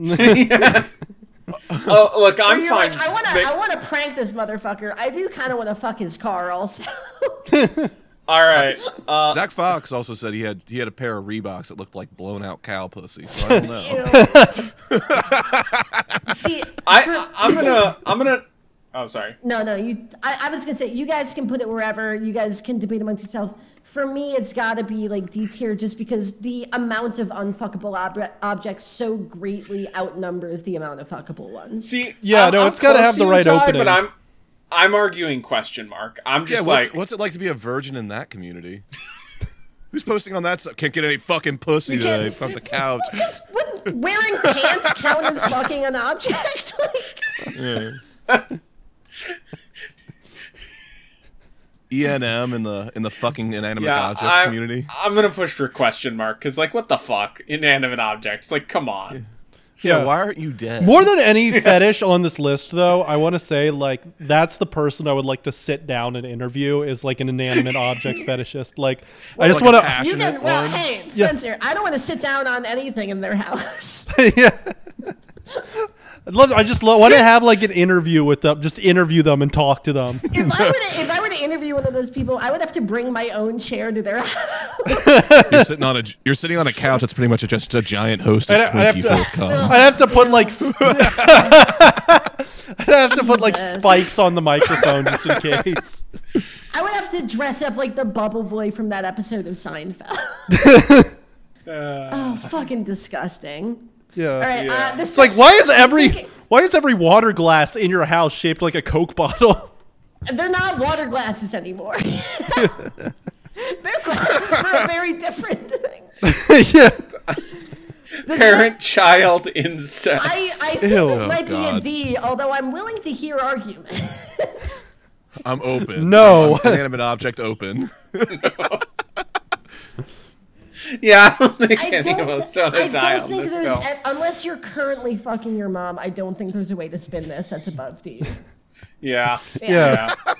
Speaker 3: Oh, look, I'm
Speaker 1: You're
Speaker 3: fine.
Speaker 1: like, I wanna,
Speaker 3: They-
Speaker 1: I wanna prank this motherfucker. I do kind of wanna fuck his car also.
Speaker 3: All right. Uh,
Speaker 2: Zach Fox also said he had he had a pair of Reeboks that looked like blown out cow pussy. So I don't know.
Speaker 1: Ew. See,
Speaker 3: I,
Speaker 1: for-
Speaker 3: I'm gonna, I'm gonna. Oh, sorry.
Speaker 1: No, no. You, I, I was gonna say you guys can put it wherever. You guys can debate amongst yourself. For me, it's gotta be like D tier, just because the amount of unfuckable ob- objects so greatly outnumbers the amount of fuckable ones.
Speaker 3: See,
Speaker 4: Yeah,
Speaker 3: I'm-
Speaker 4: no,
Speaker 3: I'm
Speaker 4: it's gotta
Speaker 3: close
Speaker 4: have
Speaker 3: to
Speaker 4: the
Speaker 3: you,
Speaker 4: right
Speaker 3: Ty,
Speaker 4: opening.
Speaker 3: But I'm, I'm arguing question mark. I'm
Speaker 2: Yeah,
Speaker 3: just
Speaker 2: what's,
Speaker 3: like,
Speaker 2: what's it like to be a virgin in that community? Who's posting on that stuff? Can't get any fucking pussy
Speaker 1: can't-
Speaker 2: today from the couch.
Speaker 1: Because wouldn't wearing pants count as fucking an object? like,
Speaker 2: ENM E in the in the fucking inanimate
Speaker 3: yeah,
Speaker 2: objects
Speaker 3: I'm,
Speaker 2: community.
Speaker 3: I'm gonna push for question mark because, like, what the fuck, inanimate objects? Like, come on.
Speaker 2: Yeah,
Speaker 4: yeah.
Speaker 2: why aren't you dead?
Speaker 4: More than any fetish on this list, though, I want to say like that's the person I would like to sit down and interview is like an inanimate objects fetishist. Like I just
Speaker 2: like a
Speaker 4: want to.
Speaker 2: passion-
Speaker 1: you can.
Speaker 2: Passionate
Speaker 1: Well,
Speaker 2: one.
Speaker 1: hey, Spencer, I don't want to sit down on anything in their house.
Speaker 4: yeah. I'd love, I just love, want to have like an interview with them, just interview them and talk to them.
Speaker 1: if I were to, if I were to interview one of those people, I would have to bring my own chair to their house.
Speaker 2: You're sitting on a you're sitting on a couch that's pretty much just a giant hostess
Speaker 4: I'd- I'd have
Speaker 2: Twinkie
Speaker 4: to-
Speaker 2: full of cum.
Speaker 4: I'd have to put like, sp- I'd have to put like
Speaker 1: Jesus.
Speaker 4: spikes on the microphone just in case.
Speaker 1: I would have to dress up like the bubble boy from that episode of Seinfeld. oh, fucking disgusting.
Speaker 4: Yeah.
Speaker 1: All right,
Speaker 3: Yeah.
Speaker 1: uh, this
Speaker 4: It's like why is every
Speaker 1: thinking-
Speaker 4: why is every water glass in your house shaped like a Coke bottle?
Speaker 1: they're not water glasses anymore. they're glasses for a very different thing.
Speaker 4: yeah.
Speaker 1: This
Speaker 3: Parent-child
Speaker 1: might-
Speaker 3: incest.
Speaker 1: I, I think
Speaker 4: Ew.
Speaker 1: this
Speaker 4: Oh,
Speaker 1: might be a
Speaker 2: God.
Speaker 1: D, although I'm willing to hear arguments.
Speaker 2: I'm open.
Speaker 4: No.
Speaker 2: I'm inanimate object open.
Speaker 3: yeah, I don't think
Speaker 1: I don't,
Speaker 3: any of us don't
Speaker 1: thi-
Speaker 3: have
Speaker 1: I
Speaker 3: Ty
Speaker 1: don't
Speaker 3: on
Speaker 1: think
Speaker 3: this
Speaker 1: there's,
Speaker 3: bill.
Speaker 1: a- unless you're currently fucking your mom, I don't think there's a way to spin this that's above D.
Speaker 3: Yeah.
Speaker 4: Yeah.
Speaker 3: Yeah.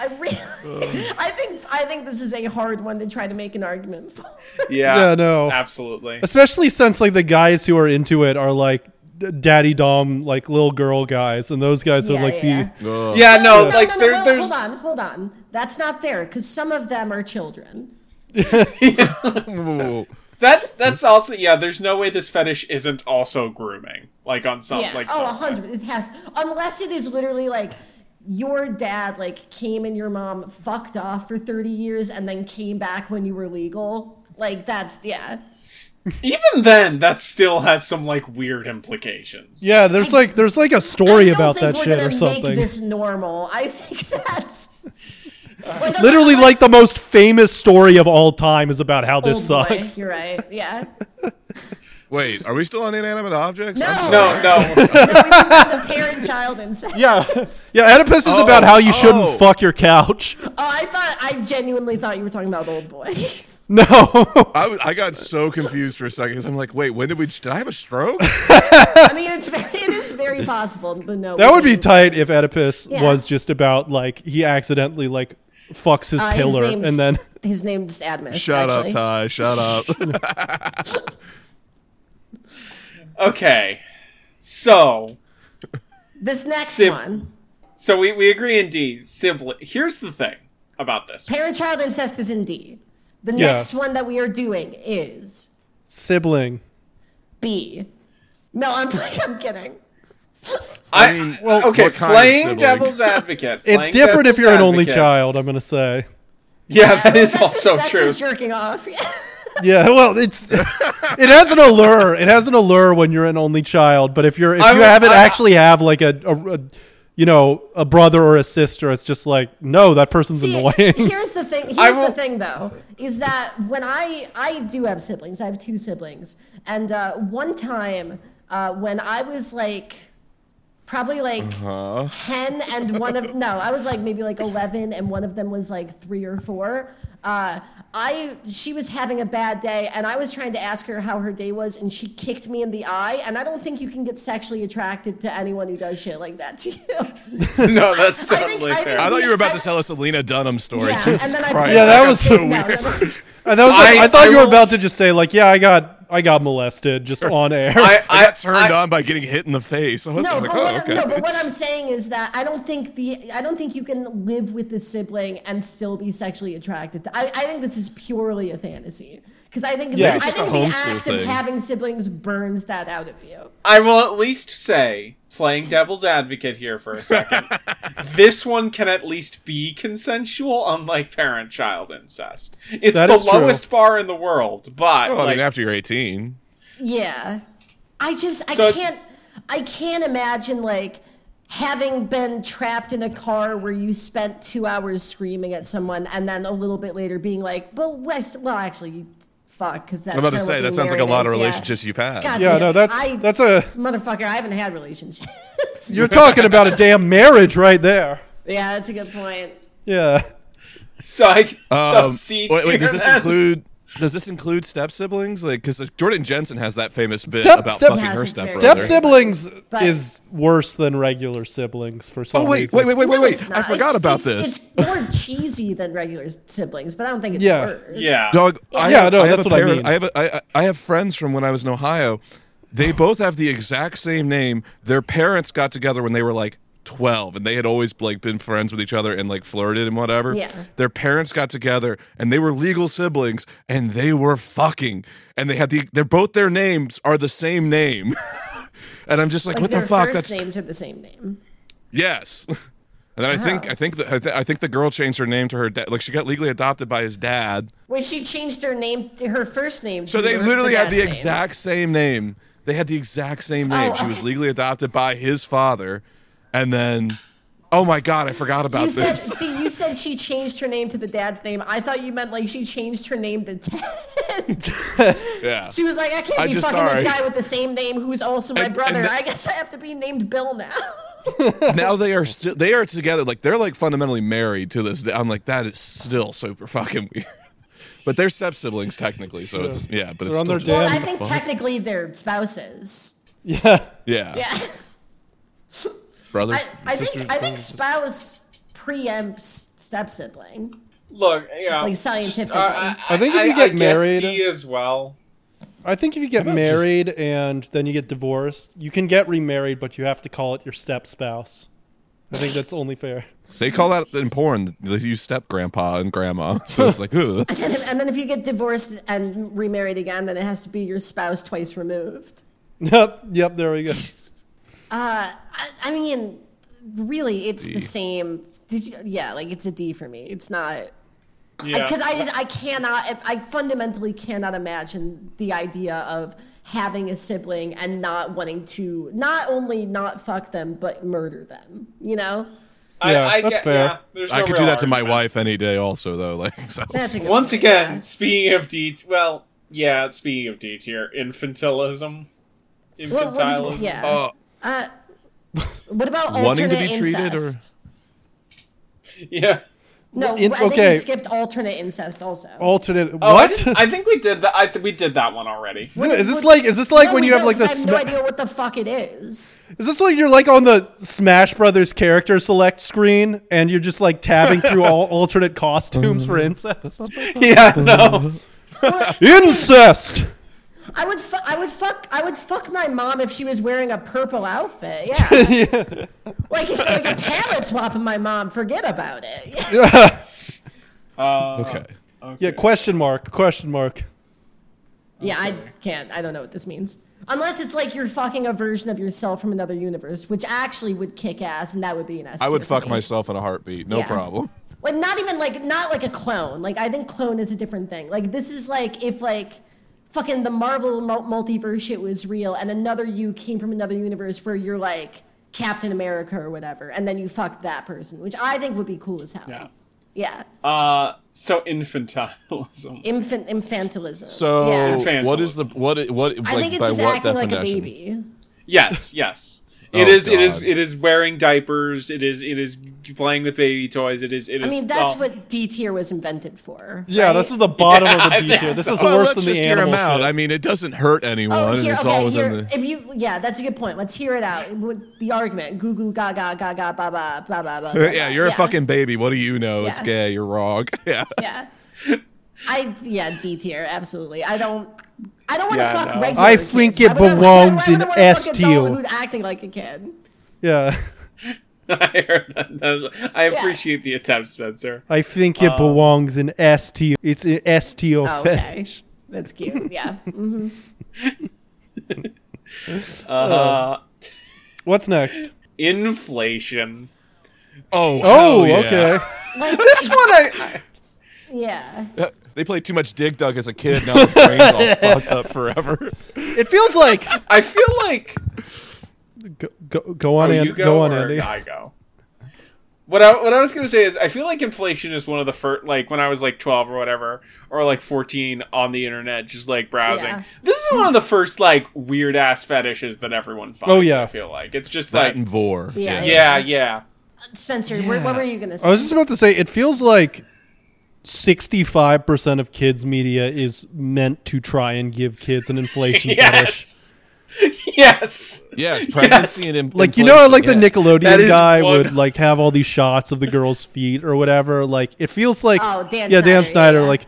Speaker 1: I really, I think, I think this is a hard one to try to make an argument for.
Speaker 3: Yeah.
Speaker 4: Yeah, no.
Speaker 3: Absolutely.
Speaker 4: Especially since like the guys who are into it are like d- daddy dom like little girl guys and those guys
Speaker 1: Yeah,
Speaker 4: are like
Speaker 1: yeah.
Speaker 4: the
Speaker 3: Yeah,
Speaker 1: no,
Speaker 3: no, like
Speaker 1: no, no,
Speaker 3: there-
Speaker 1: well,
Speaker 3: there's
Speaker 1: hold on, hold on. That's not fair because some of them are children.
Speaker 2: Ooh.
Speaker 3: that's that's also yeah. There's no way this fetish isn't also grooming, like on some
Speaker 1: Yeah.
Speaker 3: like
Speaker 1: oh, a
Speaker 3: some-
Speaker 1: hundred. It has, unless it is literally like your dad like came and your mom fucked off for thirty years and then came back when you were legal. Like that's yeah.
Speaker 3: Even then, that still has some like weird implications.
Speaker 4: Yeah, there's like there's like a
Speaker 1: I
Speaker 4: story
Speaker 1: don't
Speaker 4: about
Speaker 1: think
Speaker 4: that
Speaker 1: we're
Speaker 4: shit
Speaker 1: gonna
Speaker 4: or something.
Speaker 1: Make this normal. I think that's Like,
Speaker 4: Literally,
Speaker 1: unless-
Speaker 4: like the most famous story of all time is about how this
Speaker 1: Old Oh boy,
Speaker 4: sucks.
Speaker 1: You're right. Yeah.
Speaker 2: Wait, are we still on inanimate objects? I'm
Speaker 1: No.
Speaker 2: sorry.
Speaker 3: No, no.
Speaker 1: the parent child incest.
Speaker 4: Yeah, yeah. Oedipus is about how you
Speaker 2: oh.
Speaker 4: shouldn't fuck your couch.
Speaker 1: Oh, I thought I genuinely thought you were talking about old boy.
Speaker 4: No,
Speaker 2: I, was- I got so confused for a second 'cause I'm like, wait, when did we? Did I have a stroke?
Speaker 1: I mean, it's very, it is very possible, but no.
Speaker 4: that would be
Speaker 1: we-
Speaker 4: tight if Oedipus
Speaker 1: Yeah.
Speaker 4: was just about like he accidentally like fucks his
Speaker 1: uh, his
Speaker 4: pillar
Speaker 1: name's-
Speaker 4: and then
Speaker 1: his name's Admus.
Speaker 2: Shut
Speaker 1: actually.
Speaker 2: up, Ty. Shut up.
Speaker 3: Okay. So,
Speaker 1: This next
Speaker 3: Sim-
Speaker 1: one,
Speaker 3: so we, we agree in D. Sibling. Here's the thing about this
Speaker 1: parent-child incest, is in D. The
Speaker 4: Yes.
Speaker 1: next one that we are doing is
Speaker 4: sibling.
Speaker 1: B. No, I'm I'm kidding.
Speaker 3: I,
Speaker 2: mean,
Speaker 3: well, okay,
Speaker 2: what kind of
Speaker 3: playing
Speaker 2: sibling?
Speaker 3: devil's advocate.
Speaker 4: It's
Speaker 3: playing
Speaker 4: different if
Speaker 3: devil's
Speaker 4: you're an only
Speaker 3: advocate.
Speaker 4: child. I'm gonna say.
Speaker 3: Yeah, that is
Speaker 1: That's just-
Speaker 3: also
Speaker 1: that's
Speaker 3: true.
Speaker 1: just jerking off.
Speaker 4: Yeah, well, it's it has an allure. It has an allure when you're an only child, but if you're if
Speaker 3: I
Speaker 4: you
Speaker 3: would-
Speaker 4: haven't
Speaker 3: I-
Speaker 4: actually have like a, a, a- you know a brother or a sister, it's just like no, that person's
Speaker 1: See,
Speaker 4: annoying.
Speaker 1: Here's the thing.
Speaker 3: I
Speaker 1: Here's the
Speaker 3: will-
Speaker 1: thing, though, is that when I I do have siblings. I have two siblings, and uh, one time uh, when I was like probably like 10 and one of no i was like maybe like 11 and one of them was like three or four uh, i she was having a bad day and i was trying to ask her how her day was and she kicked me in the eye and i don't think you can get sexually attracted to anyone who does shit like that to you
Speaker 3: no, that's
Speaker 1: I think-
Speaker 3: totally
Speaker 1: I
Speaker 3: fair.
Speaker 1: think-
Speaker 2: I thought you were about to tell us a Lena Dunham story.
Speaker 1: Yeah,
Speaker 2: Jesus
Speaker 1: and then I-
Speaker 2: Christ.
Speaker 4: Yeah, that
Speaker 2: got
Speaker 4: was-
Speaker 2: so
Speaker 1: No,
Speaker 2: weird.
Speaker 1: no, no.
Speaker 4: And that was like-
Speaker 3: I-
Speaker 4: I, thought
Speaker 3: I
Speaker 4: you were
Speaker 3: will-
Speaker 4: about to just say like, yeah, I got I got molested just on air.
Speaker 3: I,
Speaker 2: I got turned
Speaker 3: I-
Speaker 2: on by getting hit in the face. I was
Speaker 1: No,
Speaker 2: like,
Speaker 1: but
Speaker 2: oh,
Speaker 1: what,
Speaker 2: okay.
Speaker 1: no, but what I'm saying is that I don't think the I don't think you can live with the sibling and still be sexually attracted. To, I, I think this is purely a fantasy because I think
Speaker 4: Yeah,
Speaker 1: the,
Speaker 4: it's
Speaker 1: I
Speaker 2: just
Speaker 1: think
Speaker 2: a
Speaker 1: the
Speaker 2: homeschool
Speaker 1: act of
Speaker 2: thing.
Speaker 1: having siblings burns that out of you.
Speaker 3: I will at least say, playing devil's advocate here for a second, this one can at least be consensual, unlike parent child incest. It's
Speaker 4: That
Speaker 3: the
Speaker 4: is true.
Speaker 3: lowest bar in the world, but
Speaker 2: Well, I
Speaker 3: like,
Speaker 2: mean, after you're 18.
Speaker 1: Yeah, I just I
Speaker 3: So-
Speaker 1: can't I can't imagine like having been trapped in a car where you spent two hours screaming at someone and then a little bit later being like, well, West, well, actually, you fuck, because that's
Speaker 2: I'm about to
Speaker 1: kinda what
Speaker 2: say, that
Speaker 1: being
Speaker 2: sounds like a
Speaker 1: married
Speaker 2: lot of
Speaker 1: is, yeah.
Speaker 2: relationships you've had.
Speaker 1: God
Speaker 4: yeah,
Speaker 1: damn,
Speaker 4: no, that's
Speaker 1: I-
Speaker 4: that's a
Speaker 1: motherfucker, I haven't had relationships.
Speaker 4: you're talking about a damn marriage right there.
Speaker 1: yeah, that's a good point.
Speaker 4: Yeah.
Speaker 3: so I so
Speaker 2: Um,
Speaker 3: C
Speaker 2: wait, wait, does
Speaker 3: tier
Speaker 2: this
Speaker 3: then.
Speaker 2: include... Does this include step siblings? Like, because Jordan Jensen has that famous bit
Speaker 4: Step-
Speaker 2: about
Speaker 4: step-
Speaker 2: fucking
Speaker 1: Yes,
Speaker 2: her
Speaker 1: it's very-
Speaker 2: stepbrother.
Speaker 4: Step siblings
Speaker 1: But-
Speaker 4: is worse than regular siblings for some
Speaker 2: Oh wait,
Speaker 4: reason.
Speaker 2: wait, wait, wait, wait,
Speaker 1: No,
Speaker 2: wait!
Speaker 1: it's
Speaker 2: I
Speaker 1: not.
Speaker 2: forgot
Speaker 1: It's-
Speaker 2: about
Speaker 1: it's-
Speaker 2: this.
Speaker 1: It's more cheesy than regular siblings, but I don't think it's
Speaker 4: Yeah.
Speaker 1: worse.
Speaker 3: Yeah.
Speaker 2: Dog, I
Speaker 4: Yeah,
Speaker 2: have,
Speaker 4: no,
Speaker 2: I have
Speaker 4: that's
Speaker 2: a
Speaker 4: what I
Speaker 2: parent-
Speaker 4: mean.
Speaker 2: I have a, I, I- I have friends from when I was in Ohio. They both have the exact same name. Their parents got together when they were like 12 and they had always like been friends with each other and like flirted and whatever.
Speaker 1: Yeah.
Speaker 2: Their parents got together and they were legal siblings and they were fucking and they had the they're both their names are the same name. and I'm just like,
Speaker 1: Like
Speaker 2: what
Speaker 1: their
Speaker 2: the fuck?
Speaker 1: first names are the same name.
Speaker 2: Yes. And then I think I think the, I, th- I think the girl changed her name to her dad. Like she got legally adopted by his dad.
Speaker 1: When she changed her name, her first name.
Speaker 2: So
Speaker 1: to
Speaker 2: they
Speaker 1: her-
Speaker 2: literally had
Speaker 1: dad's
Speaker 2: the
Speaker 1: name.
Speaker 2: exact same name. They had the exact same name.
Speaker 1: Oh,
Speaker 2: She was
Speaker 1: okay.
Speaker 2: legally adopted by his father, and then, oh my god, I forgot about
Speaker 1: You said,
Speaker 2: this.
Speaker 1: see, you said she changed her name to the dad's name. I thought you meant like she changed her name to Ted.
Speaker 2: yeah.
Speaker 1: she was like, I can't
Speaker 2: I'm
Speaker 1: be
Speaker 2: just
Speaker 1: fucking this
Speaker 2: sorry.
Speaker 1: guy with the same name who's also my
Speaker 2: And- and
Speaker 1: brother.
Speaker 2: the-
Speaker 1: I guess I have to be named Bill now.
Speaker 2: now they are still they are together. Like they're like fundamentally married to this. day. I'm like that is still super fucking weird. But they're step siblings technically, so it's yeah. But it's
Speaker 4: on
Speaker 2: still
Speaker 4: their
Speaker 2: just-
Speaker 4: dad.
Speaker 1: Well,
Speaker 4: Damn.
Speaker 1: I think technically they're spouses.
Speaker 4: Yeah.
Speaker 2: yeah,
Speaker 1: Yeah.
Speaker 2: brothers.
Speaker 1: I, I
Speaker 2: sisters,
Speaker 1: think I think
Speaker 2: brothers.
Speaker 1: spouse preempts step sibling.
Speaker 3: Look, yeah,
Speaker 1: Like,
Speaker 3: Oh, just, uh,
Speaker 1: scientifically.
Speaker 4: I think if you
Speaker 3: I-
Speaker 4: get
Speaker 3: I guess
Speaker 4: married-
Speaker 3: D as well.
Speaker 4: I think if you get
Speaker 2: about just-
Speaker 4: married and then you get divorced, you can get remarried, but you have to call it your step spouse. I think that's only fair.
Speaker 2: they call that in porn. They use step grandpa and grandma. So it's like, ooh.
Speaker 1: And, if- and then if you get divorced and remarried again, then it has to be your spouse twice removed.
Speaker 4: Yep, yep, there we go.
Speaker 1: Uh, I, I mean, really, it's the same. Did you? Yeah, like it's a D for me. It's not.
Speaker 3: Yeah.
Speaker 1: because I just I cannot if- I fundamentally cannot imagine the idea of having a sibling and not wanting to not only not fuck them but murder them. You know,
Speaker 3: I,
Speaker 4: Yeah,
Speaker 3: I
Speaker 4: that's
Speaker 3: get-
Speaker 4: fair.
Speaker 3: yeah, there's
Speaker 2: I
Speaker 3: no
Speaker 2: could
Speaker 3: real
Speaker 2: do that to my
Speaker 3: argument.
Speaker 2: wife any day, also though. Like, so.
Speaker 1: that's a good
Speaker 3: Once
Speaker 1: point.
Speaker 3: again, speaking of D, well, Yeah, speaking of D tier, infantilism.
Speaker 1: Well, what is-
Speaker 3: Infantilism.
Speaker 1: yeah.
Speaker 2: Uh,
Speaker 1: Uh, what about
Speaker 2: Wanting to
Speaker 1: alternate
Speaker 2: be treated or-
Speaker 1: incest?
Speaker 3: yeah.
Speaker 1: No,
Speaker 4: In-
Speaker 1: I think
Speaker 4: okay.
Speaker 1: we skipped alternate incest also.
Speaker 4: alternate
Speaker 3: Oh, I,
Speaker 4: what?
Speaker 3: didn't- I think we did that. I th- we did that one already.
Speaker 4: Is it- is this
Speaker 1: What-
Speaker 4: like is this like
Speaker 1: No,
Speaker 4: when
Speaker 1: we
Speaker 4: you have
Speaker 1: don't,
Speaker 4: like the
Speaker 1: 'cause I have no
Speaker 4: sma-
Speaker 1: idea what the fuck it is.
Speaker 4: is this like you're like on the Smash Brothers character select screen and you're just like tabbing through all alternate costumes for incest? yeah, no Mm-hmm. incest.
Speaker 1: I would, fu- I would fuck, I would fuck my mom if she was wearing a purple outfit. Yeah, like like a palette swap of my mom. Forget about it. Yeah.
Speaker 3: Uh,
Speaker 2: okay.
Speaker 4: Yeah, question mark, question mark.
Speaker 1: Yeah, I can't. I don't know what this means. Unless it's like you're fucking a version of yourself from another universe, which actually would kick ass, and that would be an S.
Speaker 2: I would
Speaker 1: tier for
Speaker 2: fuck
Speaker 1: me.
Speaker 2: myself in a heartbeat. No
Speaker 1: Yeah.
Speaker 2: problem.
Speaker 1: Like not even like not like a clone. Like I think clone is a different thing. Like this is like if like fucking the Marvel mul- multiverse shit was real, and another you came from another universe where you're like Captain America or whatever, and then you fucked that person, which I think would be cool as hell.
Speaker 3: Yeah.
Speaker 1: Yeah.
Speaker 3: Uh, so infantilism.
Speaker 1: Infant infantilism.
Speaker 2: So
Speaker 1: yeah.
Speaker 3: Infantilism.
Speaker 2: what is the what i- what like
Speaker 1: I think it's
Speaker 2: by
Speaker 1: just
Speaker 2: what
Speaker 1: acting
Speaker 2: definition?
Speaker 1: like a baby.
Speaker 3: Yes, yes.
Speaker 2: Oh,
Speaker 3: It is. It is.
Speaker 2: God.
Speaker 3: It is wearing diapers. It is. It is playing with baby toys. It is. It is.
Speaker 1: I mean, that's
Speaker 3: well,
Speaker 1: what D tier was invented for.
Speaker 4: Yeah,
Speaker 1: right?
Speaker 4: this is the bottom of
Speaker 3: Yeah,
Speaker 4: the detail.
Speaker 3: yeah.
Speaker 4: This is
Speaker 2: Well,
Speaker 4: worse
Speaker 2: let's
Speaker 4: than
Speaker 2: just
Speaker 4: the
Speaker 2: hear
Speaker 4: animal.
Speaker 2: him out.
Speaker 4: shit.
Speaker 2: I mean, it doesn't hurt anyone,
Speaker 1: Oh,
Speaker 2: and
Speaker 1: here,
Speaker 2: it's
Speaker 1: okay,
Speaker 2: all within
Speaker 1: here,
Speaker 2: the.
Speaker 1: if you, yeah, that's a good point. Let's hear it out. With the argument, goo goo gaga gaga ba ba ba ba ba. ba,
Speaker 2: yeah,
Speaker 1: ba.
Speaker 2: you're a fucking baby. What do you know? It's
Speaker 1: Yeah.
Speaker 2: gay. You're wrong. Yeah.
Speaker 1: Yeah, I yeah D tier absolutely. I don't. I don't want to
Speaker 3: Yeah,
Speaker 1: fuck
Speaker 3: no.
Speaker 1: regular
Speaker 4: I
Speaker 1: kids.
Speaker 4: think it
Speaker 1: I wouldn't-
Speaker 4: belongs
Speaker 1: I wouldn't
Speaker 4: in
Speaker 1: want a fucking
Speaker 4: S tier.
Speaker 1: adult Who's acting like a kid?
Speaker 4: Yeah,
Speaker 3: I heard that. That was- I appreciate the attempt, Spencer.
Speaker 4: I think it belongs in ST. It's an ST
Speaker 1: Oh, okay,
Speaker 4: fetish.
Speaker 1: that's cute. Yeah,
Speaker 3: Uh,
Speaker 4: What's next?
Speaker 3: inflation.
Speaker 2: Oh.
Speaker 4: Oh,
Speaker 2: hell yeah.
Speaker 4: okay.
Speaker 1: like
Speaker 3: This one, I, I
Speaker 1: yeah.
Speaker 2: They played too much Dig Dug as a kid. Now their brain's all fucked up forever.
Speaker 4: It feels like
Speaker 3: I feel like
Speaker 4: go, go, go on,
Speaker 3: Oh,
Speaker 4: and
Speaker 3: you go,
Speaker 4: go on,
Speaker 3: or
Speaker 4: Andy.
Speaker 3: I go. What I what I was gonna say is I feel like inflation is one of the first like when I was like twelve or whatever or like fourteen on the internet just like browsing.
Speaker 1: Yeah.
Speaker 3: This is one of the first like weird ass fetishes that everyone finds.
Speaker 4: Oh, yeah.
Speaker 3: I feel like it's just
Speaker 2: That
Speaker 3: like
Speaker 2: and Vor.
Speaker 1: Yeah.
Speaker 3: yeah yeah
Speaker 1: Spencer, what, what were you gonna say?
Speaker 4: I was just about to say it feels like sixty-five percent of kids' media is meant to try and give kids an inflation fetish.
Speaker 3: yes yes
Speaker 2: Yes, pregnancy and in-
Speaker 4: Like you know, how, like
Speaker 2: inflation,
Speaker 4: the
Speaker 2: yeah.
Speaker 4: Nickelodeon
Speaker 3: That is
Speaker 4: guy
Speaker 3: one-
Speaker 4: would like have all these shots of the girls' feet or whatever. Like it feels like
Speaker 1: Oh, Dan
Speaker 4: yeah, Dan
Speaker 1: Snyder, yeah,
Speaker 4: Snyder.
Speaker 1: yeah.
Speaker 4: Like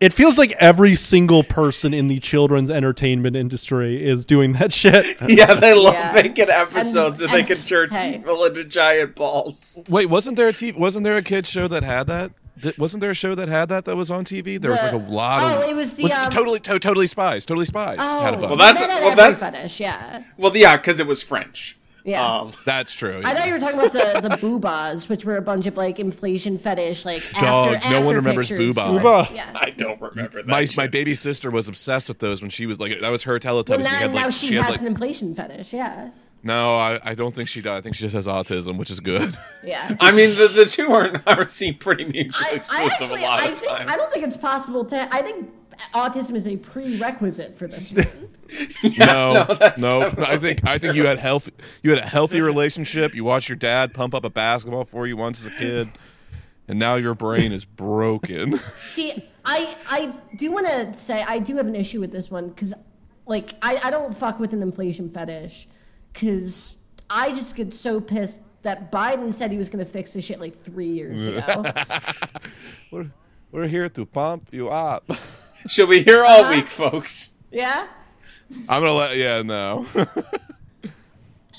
Speaker 4: it feels like every single person in the children's entertainment industry is doing that shit.
Speaker 3: yeah they love
Speaker 1: Yeah.
Speaker 3: making episodes
Speaker 1: And-
Speaker 3: where
Speaker 1: and-
Speaker 3: they can turn
Speaker 1: hey.
Speaker 3: people into giant balls.
Speaker 2: Wait, wasn't there a TV, wasn't there a kid show that had that? Th- wasn't there a show that had that that was on TV? There was
Speaker 1: The-
Speaker 2: like a lot of.
Speaker 1: oh, it was the, um,
Speaker 2: totally to- totally spies. Totally spies. had a
Speaker 1: oh,
Speaker 2: bunch.
Speaker 3: Well, that's-
Speaker 1: men had
Speaker 3: well,
Speaker 1: every
Speaker 3: that's-
Speaker 1: fetish. Yeah,
Speaker 3: Well, yeah, because it was French.
Speaker 1: yeah.
Speaker 3: Um,
Speaker 2: that's true.
Speaker 1: I
Speaker 2: yeah.
Speaker 1: thought you were talking about the the boobas, which were a bunch of like inflation fetish, like after,
Speaker 2: Dog,
Speaker 1: after
Speaker 2: no one remembers
Speaker 1: pictures.
Speaker 2: booba.
Speaker 4: Booba.
Speaker 1: Yeah.
Speaker 3: I don't remember that.
Speaker 2: my
Speaker 3: shit.
Speaker 2: my baby sister was obsessed with those when she was like that was her Teletubbies. She
Speaker 1: Well, now,
Speaker 2: had, like-
Speaker 1: now she,
Speaker 2: she had,
Speaker 1: has
Speaker 2: like-
Speaker 1: an inflation fetish. Yeah.
Speaker 2: no, I, I don't think she does. I think she just has autism, which is good.
Speaker 1: Yeah.
Speaker 3: I mean, the, the two are are seem pretty mutually
Speaker 1: I, I
Speaker 3: exclusive
Speaker 1: actually,
Speaker 3: a lot
Speaker 1: I
Speaker 3: of
Speaker 1: think,
Speaker 3: times.
Speaker 1: I don't think it's possible to. I think autism is a prerequisite for this. One.
Speaker 2: no, no, I think I think you had health. You had a healthy relationship. You watched your dad pump up a basketball for you once as a kid, and now your brain is broken.
Speaker 1: See, I, I do want to say I do have an issue with this one because, like, I, I don't fuck with an inflation fetish because I just get so pissed that Biden said he was going to fix this shit like three years ago.
Speaker 2: we're, we're here to pump you up.
Speaker 3: She'll be here all week, folks.
Speaker 1: yeah.
Speaker 2: I'm gonna let yeah no.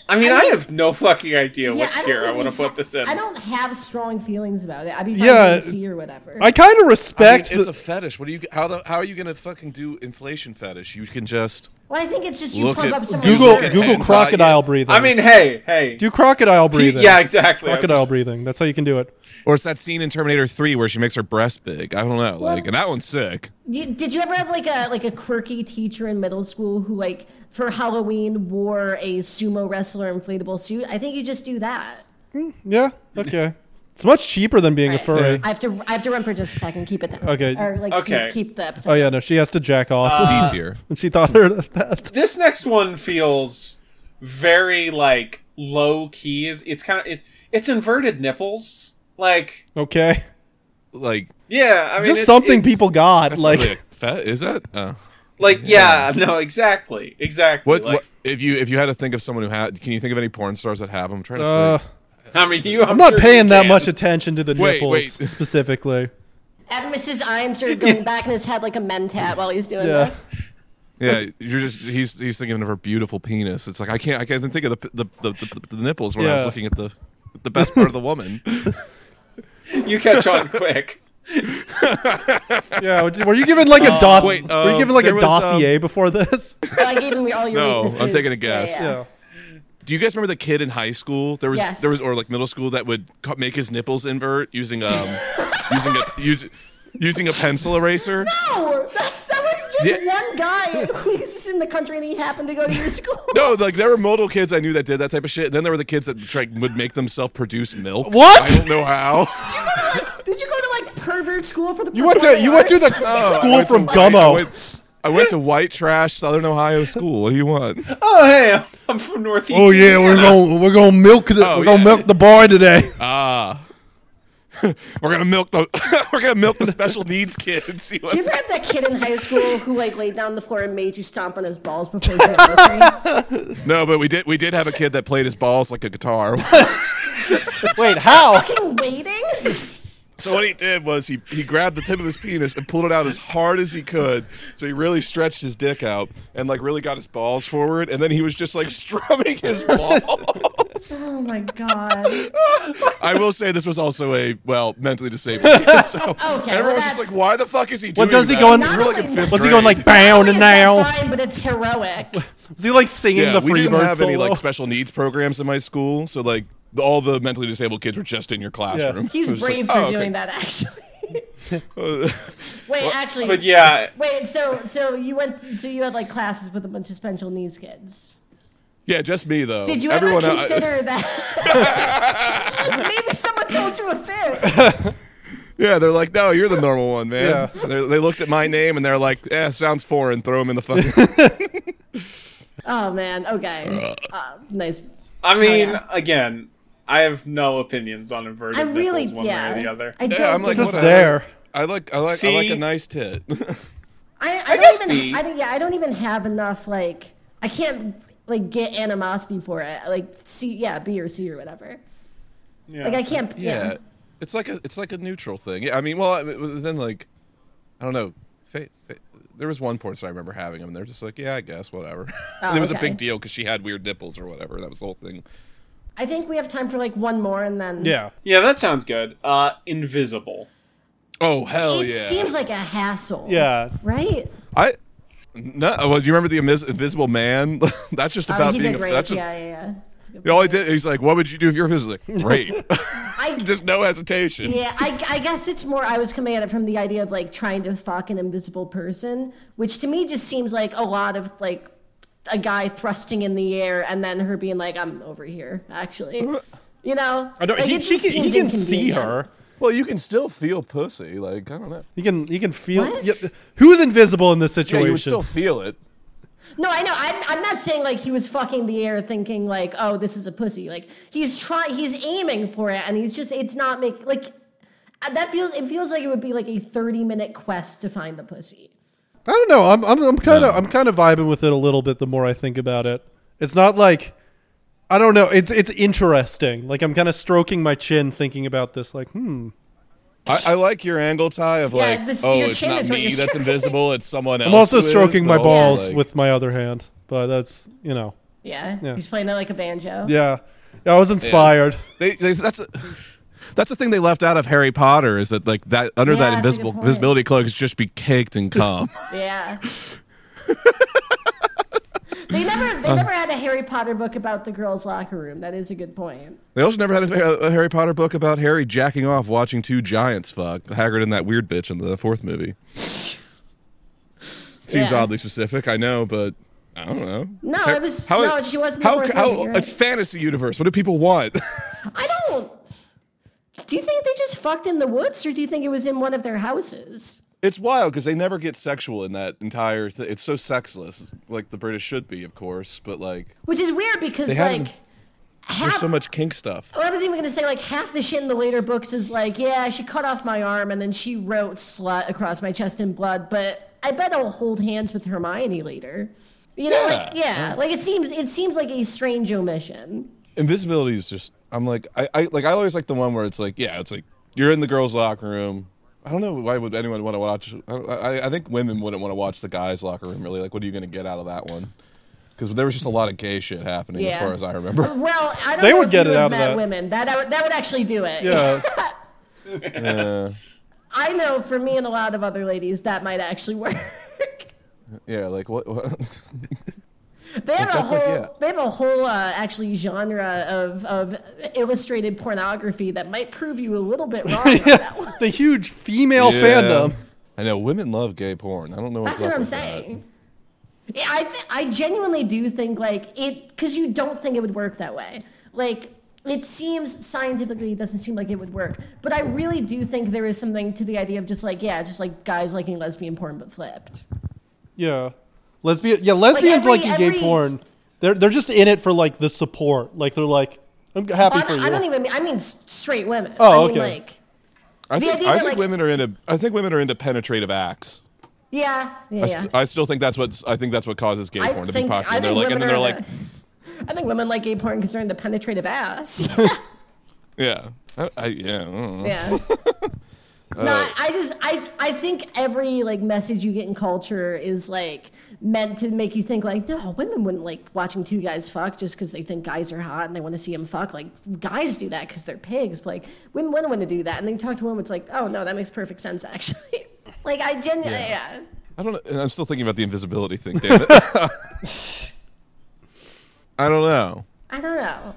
Speaker 3: I mean, I, have no fucking idea
Speaker 1: Yeah,
Speaker 3: what
Speaker 1: I don't
Speaker 3: tier I
Speaker 1: really
Speaker 3: want to
Speaker 1: ha-
Speaker 3: put this in.
Speaker 1: I don't have strong feelings about it. I'd be fine
Speaker 4: Yeah.
Speaker 1: yeah, C or whatever.
Speaker 4: I kind of
Speaker 2: I mean,
Speaker 4: respect.
Speaker 2: it's
Speaker 4: the,
Speaker 2: a fetish. What do you how the, how are you gonna fucking do inflation fetish? You can just
Speaker 1: well, I think it's just you
Speaker 2: Look
Speaker 1: pump
Speaker 2: at-
Speaker 1: up someone's
Speaker 4: Google
Speaker 2: Look at
Speaker 1: shirt.
Speaker 4: Google
Speaker 2: hentai,
Speaker 4: crocodile
Speaker 2: yeah.
Speaker 4: breathing.
Speaker 3: I mean, hey, hey,
Speaker 4: do crocodile breathing.
Speaker 3: yeah, exactly. I was-
Speaker 4: crocodile breathing. That's how you can do it.
Speaker 2: or it's that scene in Terminator Three where she makes her breast big. I don't know, like and that one's sick.
Speaker 1: You, did you ever have like a like a quirky teacher in middle school who like for Halloween wore a sumo wrestler inflatable suit? I think you just do that.
Speaker 4: Yeah. Okay. It's much cheaper than being a
Speaker 1: All right.
Speaker 4: furry.
Speaker 1: I have to I have to run for just a second. Keep it down.
Speaker 4: Okay.
Speaker 1: Or like
Speaker 3: Okay.
Speaker 1: keep, keep the episode.
Speaker 4: Oh yeah, no, she has to jack off.
Speaker 2: D tier.
Speaker 4: and she thought her that.
Speaker 3: this next one feels very like low key. It's, it's kind of it's it's inverted nipples. Like
Speaker 4: Okay,
Speaker 2: Like,
Speaker 3: yeah, I mean
Speaker 4: just
Speaker 3: it's-
Speaker 4: something
Speaker 3: it's-
Speaker 4: people got.
Speaker 2: that's
Speaker 4: Like,
Speaker 2: not really a fat. Is that? Uh,
Speaker 3: like yeah, no exactly exactly.
Speaker 2: what,
Speaker 3: like,
Speaker 2: what? If you if you had to think of someone who had, can you think of any porn stars that have them? I'm trying to.
Speaker 4: uh,
Speaker 2: think.
Speaker 3: I mean you. I'm,
Speaker 4: I'm not
Speaker 3: sure you
Speaker 4: paying that
Speaker 3: can.
Speaker 4: much attention to the
Speaker 2: Wait,
Speaker 4: nipples
Speaker 2: wait.
Speaker 4: specifically.
Speaker 1: Adam is his eye and started going back in his head like a mentat while he's doing
Speaker 4: Yeah.
Speaker 1: this.
Speaker 2: Yeah, you're just he's he's thinking of her beautiful penis. It's like I can't I can't think of the the, the, the, the nipples when I was
Speaker 4: Yeah.
Speaker 2: looking at the the best part of the woman.
Speaker 3: You catch on quick.
Speaker 4: Yeah, were you given like a dossier?
Speaker 2: wait,
Speaker 4: were you
Speaker 2: um,
Speaker 4: given like a
Speaker 2: there was, um,
Speaker 4: dossier before this?
Speaker 1: Well, I gave him all your
Speaker 2: No, I'm
Speaker 1: weaknesses.
Speaker 2: taking a
Speaker 1: Yeah,
Speaker 2: guess.
Speaker 1: yeah.
Speaker 4: yeah.
Speaker 2: Do you guys remember the kid in high school? There was
Speaker 1: Yes.
Speaker 2: there was or like middle school that would co- make his nipples invert using um using a use, using a pencil eraser.
Speaker 1: No, that's that was just
Speaker 2: Yeah.
Speaker 1: one guy who's in the country and he happened to go to your school.
Speaker 2: No, like there were multiple kids I knew that did that type of shit. And then there were the kids that tried, would make themselves produce milk.
Speaker 4: What?
Speaker 2: I don't know how.
Speaker 1: Did you go to like did you go to like pervert school for the
Speaker 4: You went to you went to the
Speaker 2: Oh, I
Speaker 4: school
Speaker 2: went to
Speaker 4: from
Speaker 2: white- I
Speaker 4: Gummo.
Speaker 2: went, I went to white trash Southern Ohio school. What do you want?
Speaker 3: Oh
Speaker 1: uh,
Speaker 3: hey, I'm from Northeast.
Speaker 4: Oh yeah, we're
Speaker 3: Indiana.
Speaker 4: gonna we're gonna milk the
Speaker 2: Oh,
Speaker 4: we're gonna
Speaker 2: yeah. Uh,
Speaker 4: milk the boy today.
Speaker 2: We're gonna milk the we're gonna milk the special needs kids. See what-
Speaker 1: Did you ever have that kid in high school who like laid down on the floor and made you stomp on his balls before you were
Speaker 2: No, but we did we did have a kid that played his balls like a guitar.
Speaker 4: Wait, how?
Speaker 1: waiting?
Speaker 2: so what he did was he he grabbed the tip of his penis and pulled it out as hard as he could. So he really stretched his dick out and like really got his balls forward. And then he was just like strumming his balls.
Speaker 1: Oh my god. Okay.
Speaker 2: I will say this was also a well mentally disabled kid. So
Speaker 1: well,
Speaker 2: everyone's
Speaker 1: that's,
Speaker 2: just like, why the fuck is he doing?
Speaker 4: What does he
Speaker 2: that?
Speaker 4: go in-
Speaker 2: We're, like, in
Speaker 1: Not
Speaker 2: fifth
Speaker 4: Was he going
Speaker 2: grade.
Speaker 4: like bound
Speaker 1: It's
Speaker 4: and
Speaker 1: not
Speaker 4: now?
Speaker 1: fine, but it's heroic.
Speaker 4: Was he like singing
Speaker 2: Yeah,
Speaker 4: the
Speaker 2: we
Speaker 4: free
Speaker 2: didn't
Speaker 4: bird
Speaker 2: have any
Speaker 4: solo?
Speaker 2: like special needs programs in my school, so like the- all the mentally disabled kids were just in your classroom.
Speaker 1: He's
Speaker 2: It was just
Speaker 1: brave
Speaker 2: like,
Speaker 1: for
Speaker 2: "Oh, okay."
Speaker 1: doing that actually. Wait, actually
Speaker 3: But yeah,
Speaker 1: Wait, so so you went so you had like classes with a bunch of special needs kids.
Speaker 2: yeah, just me though.
Speaker 1: Did you
Speaker 2: Everyone uh,
Speaker 1: ever
Speaker 2: else-
Speaker 1: consider that? Maybe someone told you a fib.
Speaker 2: yeah, they're like, no, you're the normal one, man.
Speaker 4: Yeah.
Speaker 2: So they they looked at my name and they're like, yeah, sounds foreign. Throw him in the fucking.
Speaker 1: Oh man, okay. Uh, nice.
Speaker 3: I mean,
Speaker 1: yeah.
Speaker 3: again, I have no opinions on inverted
Speaker 1: I really,
Speaker 3: nipples one
Speaker 1: yeah.
Speaker 3: way or the other.
Speaker 1: I don't.
Speaker 2: yeah, I'm like
Speaker 1: think-
Speaker 4: Just
Speaker 2: what,
Speaker 4: there.
Speaker 2: I like, I like, I like a
Speaker 3: See?
Speaker 2: nice tit.
Speaker 1: I, I,
Speaker 3: guess
Speaker 1: don't
Speaker 3: we-
Speaker 1: even. I don't, yeah, I don't even have enough. Like, I can't like get animosity for it. Like, C, yeah, B or C or whatever.
Speaker 3: Yeah.
Speaker 1: Like, I can't. Yeah.
Speaker 2: yeah, it's like a, it's like a neutral thing. Yeah, I mean, well, I- then like, I don't know. Fa- fa- there was one porn star I remember having them. and They're just like, yeah, I guess, whatever. and it was a
Speaker 1: Oh, okay.
Speaker 2: big deal because she had weird nipples or whatever. That was the whole thing.
Speaker 1: I think we have time for like one more, and then
Speaker 4: Yeah.
Speaker 3: Yeah, that sounds good. Uh, invisible.
Speaker 2: Oh hell
Speaker 1: It
Speaker 2: yeah!
Speaker 1: seems like a hassle.
Speaker 4: Yeah.
Speaker 1: Right.
Speaker 2: I no. Well, do you remember the Invis- Invisible Man? that's just
Speaker 1: Oh,
Speaker 2: about
Speaker 1: he
Speaker 2: being.
Speaker 1: did
Speaker 2: a,
Speaker 1: great.
Speaker 2: that's a-
Speaker 1: yeah, yeah, yeah. That's a good
Speaker 2: all
Speaker 1: point.
Speaker 2: he did. He's like, "What would you do if you were invisible?" Like, Rape.
Speaker 1: I,
Speaker 2: just no hesitation.
Speaker 1: Yeah, I, I guess it's more. I was coming at it from the idea of like trying to fuck an invisible person, which to me just seems like a lot of like a guy thrusting in the air and then her being like, "I'm over here," actually. You know,
Speaker 4: Uh, I don't,
Speaker 1: like,
Speaker 4: he,
Speaker 1: it
Speaker 4: she
Speaker 1: just
Speaker 4: can, he
Speaker 1: seems
Speaker 4: can see
Speaker 1: inconvenient.
Speaker 4: her.
Speaker 2: Well, you can still feel pussy. Like I don't know.
Speaker 4: He can he can feel.
Speaker 1: What?
Speaker 4: Yeah, who's invisible in this
Speaker 2: Yeah,
Speaker 4: situation?
Speaker 2: you would still feel it.
Speaker 1: No, I know. I'm, I'm not saying like he was fucking the air, thinking like, "Oh, this is a pussy." Like he's trying, he's aiming for it, and he's just it's not make like uh, that feels. It feels like it would be like a 30 minute quest to find the pussy.
Speaker 4: I don't know. I'm I'm, I'm kind of I'm kind of vibing with it a little bit. The more I think about it, it's not like I don't know. It's it's interesting. Like I'm kind of stroking my chin, thinking about this. Like, hmm.
Speaker 2: I, I like your angle, Ty, of like,
Speaker 1: this-
Speaker 2: oh,
Speaker 1: your
Speaker 2: it's
Speaker 1: chin
Speaker 2: not
Speaker 1: is what
Speaker 2: me
Speaker 1: you're
Speaker 2: that's
Speaker 1: stroking.
Speaker 2: invisible. It's someone else.
Speaker 4: I'm also
Speaker 2: who is,
Speaker 4: stroking
Speaker 2: but
Speaker 4: my
Speaker 2: also,
Speaker 4: balls
Speaker 2: like-
Speaker 4: with my other hand, but that's you know,
Speaker 1: Yeah,
Speaker 4: Yeah.
Speaker 1: he's playing that like a banjo.
Speaker 4: yeah. I was inspired.
Speaker 2: They, they, that's a, that's the thing they left out of Harry Potter is that like that under
Speaker 1: Yeah,
Speaker 2: that
Speaker 1: that's a good
Speaker 2: invisible
Speaker 1: point.
Speaker 2: invisibility cloak is just be caked and cum.
Speaker 1: Yeah. they never
Speaker 2: Uh.
Speaker 1: they never had a Harry Potter book about the girls' locker room. That is a good point.
Speaker 2: They also never had a, a Harry Potter book about Harry jacking off watching two giants fuck Hagrid and that weird bitch in the fourth movie. Seems
Speaker 1: Yeah.
Speaker 2: oddly specific, I know, but I don't know.
Speaker 1: No,
Speaker 2: Ter-
Speaker 1: it was-
Speaker 2: how-
Speaker 1: no, she wasn't the
Speaker 2: How,
Speaker 1: fourth
Speaker 2: how,
Speaker 1: movie, you're
Speaker 2: It's fantasy universe. What do people want?
Speaker 1: I don't Do you think they just fucked in the woods, or do you think it was in one of their houses?
Speaker 2: It's wild because they never get sexual in that entire thing. It's so sexless, like the British should be, of course, but like
Speaker 1: Which is weird because
Speaker 2: They
Speaker 1: like
Speaker 2: haven't-
Speaker 1: half.
Speaker 2: there's so much kink stuff.
Speaker 1: oh, I was even gonna say like half the shit in the later books is like, yeah, she cut off my arm and then she wrote "slut" across my chest in blood. But I bet I'll hold hands with Hermione later. You know, like
Speaker 2: Yeah.
Speaker 1: yeah, like it seems it seems like a strange omission.
Speaker 2: Invisibility is just. I'm like I, I like I always like the one where it's like yeah, it's like you're in the girls' locker room. I don't know why would anyone want to watch. I, I, I think women wouldn't want to watch the guys' locker room really. Like, what are you going to get out of that one? Because there was just a lot of gay shit happening as
Speaker 1: Yeah.
Speaker 2: far as I remember.
Speaker 1: Well, I don't
Speaker 4: They
Speaker 1: know
Speaker 4: would
Speaker 1: if
Speaker 4: get
Speaker 1: you
Speaker 4: it out of
Speaker 1: have met
Speaker 4: that.
Speaker 1: women. That, that would- that would actually do it.
Speaker 4: Yeah.
Speaker 2: Yeah.
Speaker 1: I know for me and a lot of other ladies that might actually work.
Speaker 2: yeah, like what? what?
Speaker 1: they have
Speaker 2: that's
Speaker 1: a
Speaker 2: like,
Speaker 1: whole
Speaker 2: yeah.
Speaker 1: they have a whole uh, actually genre of of illustrated pornography that might prove you a little bit wrong on that one.
Speaker 4: the huge female
Speaker 2: Yeah.
Speaker 4: Oh, fandom.
Speaker 2: I know women love gay porn. I don't know what's
Speaker 1: That's what
Speaker 2: up
Speaker 1: I'm
Speaker 2: with
Speaker 1: saying. Yeah, I th- I genuinely do think like it because you don't think it would work that way. Like it seems scientifically, it doesn't seem like it would work. But I really do think there is something to the idea of just like yeah, just like guys liking lesbian porn but flipped.
Speaker 4: Yeah. Lesbian yeah, lesbians
Speaker 1: every-
Speaker 4: liking
Speaker 1: every-
Speaker 4: gay porn. They're they're just in it for like the support. Like they're like, I'm happy
Speaker 1: I
Speaker 4: for
Speaker 1: don't,
Speaker 4: you.
Speaker 1: I don't even mean I mean s- straight women.
Speaker 4: Oh,
Speaker 1: I mean,
Speaker 4: okay.
Speaker 1: like
Speaker 2: that. I
Speaker 1: The
Speaker 2: think,
Speaker 1: idea
Speaker 2: I
Speaker 1: that,
Speaker 2: think
Speaker 1: like-
Speaker 2: women are into. I think women are into penetrative acts.
Speaker 1: yeah, yeah,
Speaker 2: I,
Speaker 1: yeah.
Speaker 2: st- I still think that's what I think that's what causes gay
Speaker 1: I
Speaker 2: porn to
Speaker 1: think-
Speaker 2: be
Speaker 1: I
Speaker 2: popular. They're
Speaker 1: think
Speaker 2: like, and then they're
Speaker 1: women are
Speaker 2: like,
Speaker 1: I think women like gay porn because they're in the penetrative ass.
Speaker 2: yeah, I, I, yeah. I don't know.
Speaker 1: yeah. No, I, I just I I think every like message you get in culture is like meant to make you think like no women wouldn't like watching two guys fuck just because they think guys are hot and they want to see them fuck like guys do that because they're pigs but, like women wouldn't want to do that and then you talk to women it's like oh no that makes perfect sense actually like I genuinely yeah.
Speaker 2: I don't. know. and I'm still thinking about the invisibility thing. Damn it. I don't know.
Speaker 1: I don't know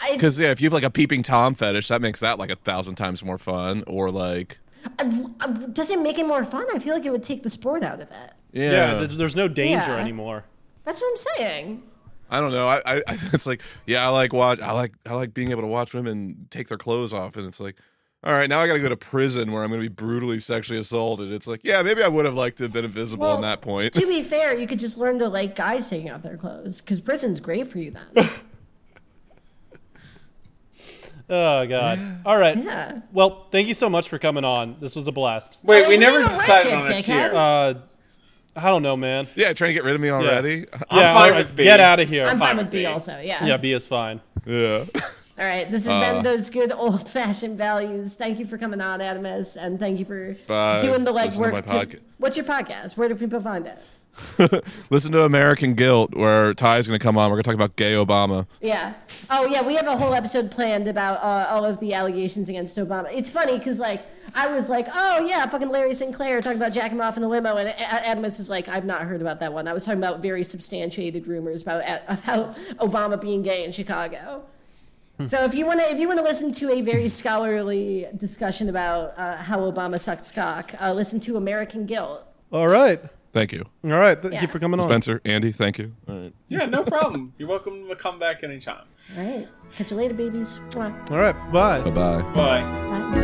Speaker 1: I
Speaker 2: Because yeah, if you have like a peeping tom fetish, that makes that like a thousand times more fun. Or like,
Speaker 1: I- I- does it make it more fun? I feel like it would take the sport out of it.
Speaker 2: yeah,
Speaker 4: there's no danger
Speaker 1: Yeah.
Speaker 4: anymore.
Speaker 1: That's what I'm saying.
Speaker 2: I don't know. I, I, I, it's like, yeah, I like watch. I like, I like being able to watch women take their clothes off, and it's like, all right, now I got to go to prison where I'm going to be brutally sexually assaulted. It's like, yeah, maybe I would have liked to have been invisible on that point.
Speaker 1: to be fair, you could just learn to like guys taking off their clothes because prison's great for you then.
Speaker 4: Oh god. All right.
Speaker 1: Yeah.
Speaker 4: Well, thank you so much for coming on. This was a blast.
Speaker 3: Wait,
Speaker 1: Well,
Speaker 3: we
Speaker 1: we
Speaker 3: never
Speaker 1: have a racket,
Speaker 3: decided on a
Speaker 1: dickhead.
Speaker 3: tier.
Speaker 4: Uh I don't know, man.
Speaker 2: yeah, trying to get rid of me already.
Speaker 4: Yeah,
Speaker 3: fine
Speaker 4: all
Speaker 3: with B.
Speaker 4: get out of here.
Speaker 1: I'm
Speaker 3: fine
Speaker 1: fine
Speaker 3: with
Speaker 1: with B
Speaker 3: B.
Speaker 1: also. Yeah.
Speaker 4: Yeah, B is fine.
Speaker 2: Yeah.
Speaker 1: All right. This has
Speaker 2: Uh.
Speaker 1: been those good old fashioned values. Thank you for coming on, Adamus, and thank you for
Speaker 2: Bye.
Speaker 1: doing the
Speaker 2: Listen to my
Speaker 1: legwork. To
Speaker 2: podca-
Speaker 1: what's your podcast? Where do people find it?
Speaker 2: Listen to American Guilt, where Ty's going to come on. We're going to talk about gay Obama.
Speaker 1: Yeah. Oh, yeah. We have a whole episode planned about uh, all of the allegations against Obama. It's funny because, like, I was like, oh, yeah, fucking Larry Sinclair talking about jacking him off in the limo. And Adamus is like, I've not heard about that one. I was talking about very substantiated rumors about, about Obama being gay in Chicago. So if you want to, if you want to listen to a very scholarly discussion about uh, how Obama sucks cock, uh, listen to American Guilt.
Speaker 4: All right.
Speaker 2: Thank you,
Speaker 4: All right. Thank
Speaker 1: Yeah.
Speaker 4: you for coming on.
Speaker 2: Spencer, Andy. Thank you. All right.
Speaker 3: Yeah, no problem. You're welcome to come back anytime.
Speaker 1: All right, catch you later, babies. Mwah.
Speaker 4: All right. Bye.
Speaker 2: Bye bye.
Speaker 3: Bye.
Speaker 1: Bye.